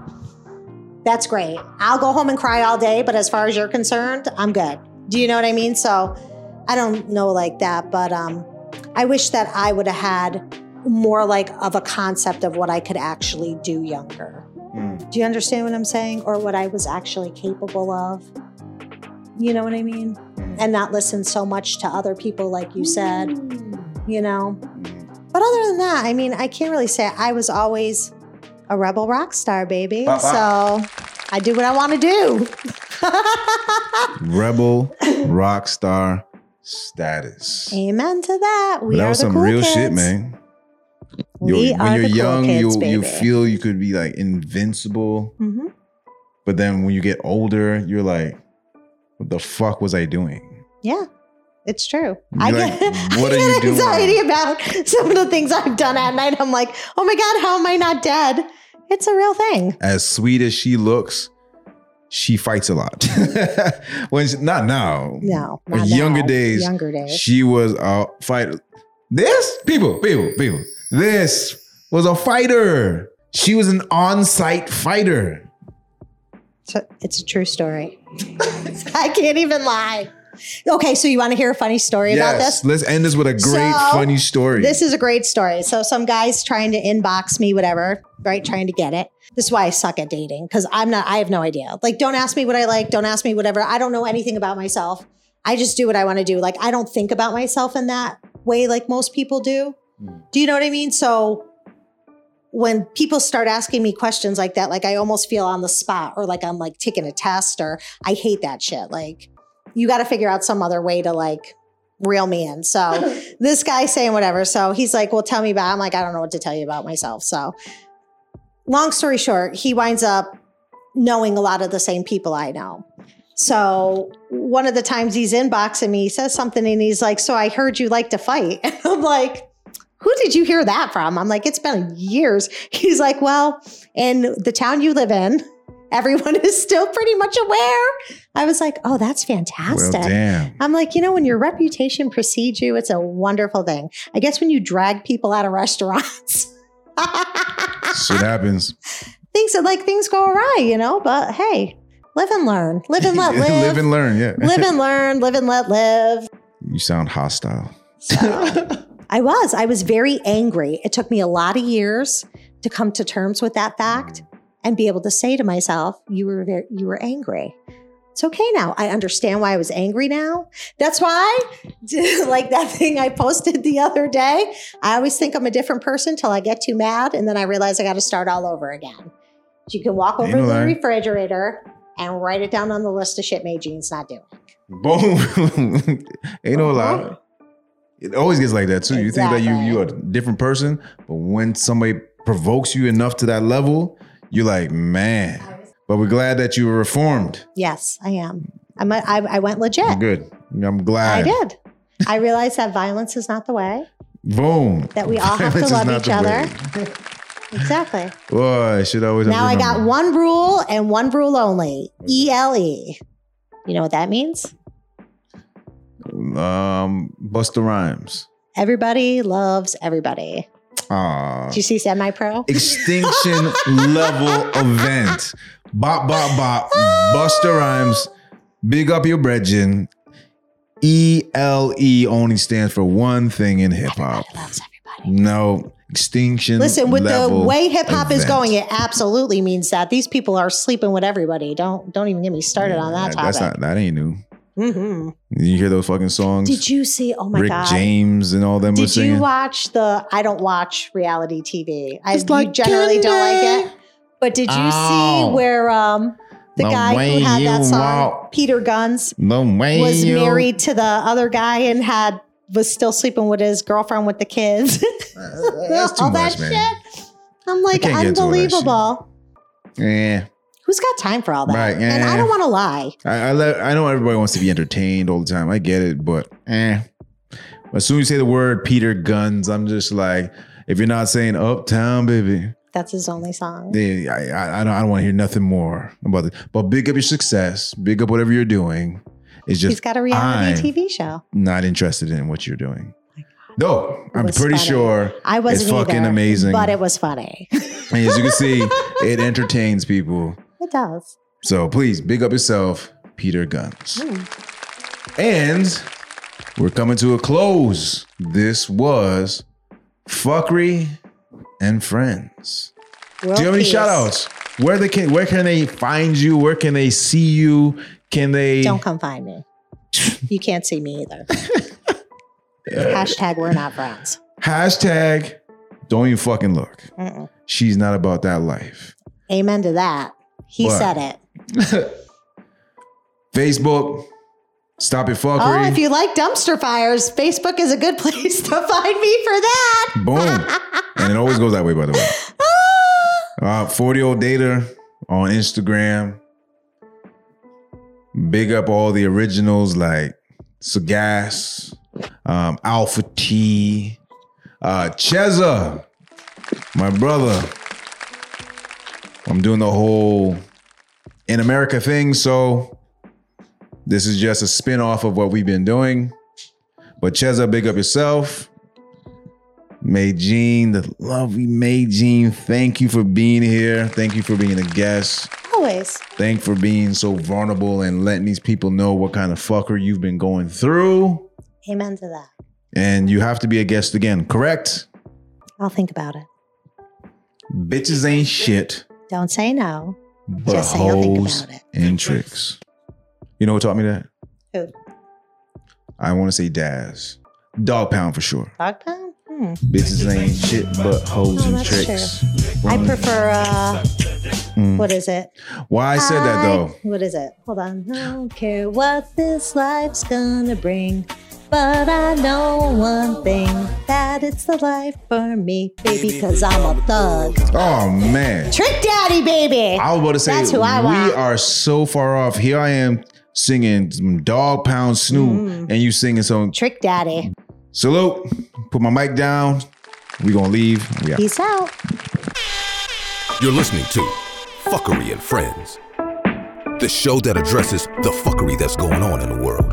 That's great. I'll go home and cry all day, but as far as you're concerned, I'm good. Do you know what I mean? So I don't know like that, but um, I wish that I would have had more like of a concept of what I could actually do younger. Mm. Do you understand what I'm saying? Or what I was actually capable of? You know what I mean? And not listen so much to other people, like you said, you know? But other than that, I mean, I can't really say I was always a rebel rock star, baby. Bah, bah. So I do what I want to do. Rebel rock star status. Amen to that. We that are was the some cool real kids. shit, man. You're- we when are you're the young, cool kids, you baby. you feel you could be like invincible, Mhm. but then when you get older, you're like, "What the fuck was I doing?" Yeah, it's true. You're I like, get, "What I are you get doing?" anxiety about some of the things I've done at night. I'm like, oh my God, how am I not dead? It's a real thing. As sweet as she looks, she fights a lot. when she, not now, No. When not younger now. days, Younger days. she was a fighter. This people, people, people. This was a fighter. She was an on-site fighter. It's a, it's a true story. I can't even lie. Okay, so you want to hear a funny story about this? Let's end this with a great, So, funny story. This is a great story. So some guy's trying to inbox me, whatever, right? Trying to get it. This is why I suck at dating because I'm not. I have no idea. Like, don't ask me what I like. Don't ask me whatever. I don't know anything about myself. I just do what I want to do. Like, I don't think about myself in that way, like most people do. Do you know what I mean? So when people start asking me questions like that, like I almost feel on the spot or like I'm like taking a test or I hate that shit. Like, you got to figure out some other way to like reel me in. So this guy saying whatever. So he's like, Well, tell me about. I'm like, I don't know what to tell you about myself. So long story short, he winds up knowing a lot of the same people I know. So one of the times he's inboxing me, he says something and he's like, So I heard you like to fight. And I'm like, who did you hear that from? I'm like, it's been years. He's like, well, in the town you live in, everyone is still pretty much aware. I was like, oh, that's well, fantastic. damn. I'm like, you know, when your reputation precedes you, it's a wonderful thing. I guess when you drag people out of restaurants, Ah, Shit happens. things like things go awry, you know. But hey, live and learn, live and let live, Live and learn. Yeah. live and learn, live and let live. you sound hostile. I was, I was very angry. It took me a lot of years to come to terms with that fact and be able to say to myself, "You were very, you were angry." It's okay now. I understand why I was angry now. That's why, like that thing I posted the other day, I always think I'm a different person till I get too mad, and then I realize I got to start all over again. So you can walk Ain't over to no the lie. refrigerator and write it down on the list of shit made jeans not doing. Boom. Ain't no lie. It always gets like that too. You think that you Exactly. you are a different person, but when somebody provokes you enough to that level, you're like, man. But we're glad that you were reformed. Yes, I am. I'm a, I, I went legit. I'm good. I'm I glad. did. I realized that violence is not the way. Boom. That we all have to Violence is love not each the other. way. Exactly. Boy, I should always. now I got remember. one rule and one rule only. E L E. You know what that means? Um, Buster Rhymes. Everybody loves everybody. Ah. Did you see Semi Pro? extinction level event. Bop, bop, bop. Buster Rhymes. Big up your brethren. E L E only stands for one thing in hip hop. Loves everybody. No extinction. Listen, with the level way hip hop is event. going, it absolutely means that these people are sleeping with everybody. Don't don't even get me started Yeah, on that That's topic. not. That ain't new. hmm You hear those fucking songs? Did you see? Oh my Rick god. James and all them were Did singing. you watch the? I don't watch reality TV. I It's like you generally don't like candy. it. But did you Ow. see where um the The guy way who had you that song, walk. Peter Guns, the way was you- married to the other guy and had was still sleeping with his girlfriend with the kids? That's too all much, that man. shit. I'm like can't get to all that shit. unbelievable. Yeah. Who's got time for all that? Right, and yeah. I don't want to lie. I I, let, I know everybody wants to be entertained all the time. I get it, but eh. As soon as you say the word Peter Guns, I'm just like, if you're not saying Uptown, baby, That's his only song. then I, I, I don't, I don't want to hear nothing more about it. But big up your success, big up whatever you're doing. It's He's just got a reality I'm TV show. not interested in what you're doing. No, I'm was pretty funny. sure. I wasn't fucking either, amazing. but it was funny. And as you can see, it entertains people. it does. So please big up yourself, Peter Guns. And we're coming to a close. This was Fuckery and friends. World Do you have any peace. shout outs? Where they can where can they find you? Where can they see you? Can they Don't come find me. You can't see me either. Hashtag we're not friends. hashtag don't even fucking look. Mm-mm. She's not about that life. Amen to that. He What? said it. Facebook, stop it fuckery. Oh, if you like dumpster fires, Facebook is a good place to find me for that. Boom. Ah, and it always goes that way, by the way. Uh, 40 old data on Instagram. Big up all the originals like Sagas, um, Alpha T, uh, Cheza, my brother. I'm doing the whole in America thing, so this is just a spin off of what we've been doing. But Cheza, big up yourself. May Jean, the lovely May Jean, thank you for being here. Thank you for being a guest. Always. Thank for being so vulnerable and letting these people know what kind of fucker you've been going through. Amen to that. And you have to be a guest again, correct? I'll think about it. Bitches ain't shit, Don't say no. but Just say I'll think hoes about it. and tricks. You know who taught me that? Who? I want to say Daz. Dog pound for sure. Dog pound? Hmm. Bitches ain't shit, but hoes Oh, and that's tricks. I prefer, uh, Mm. what is it? Why I said that though? What is it? Hold on. I don't care what this life's gonna bring, but I know one thing that it's the life for me, baby, because I'm a thug. Oh man. Trick Daddy, baby. I was about to say That's who I we want. are so far off. Here I am singing some dog pound Snoop, Mm. and you singing some Trick Daddy. salute. Put my mic down. We gonna leave. We out. Peace out. You're listening to Fuckery and Friends, the show that addresses the fuckery that's going on in the world.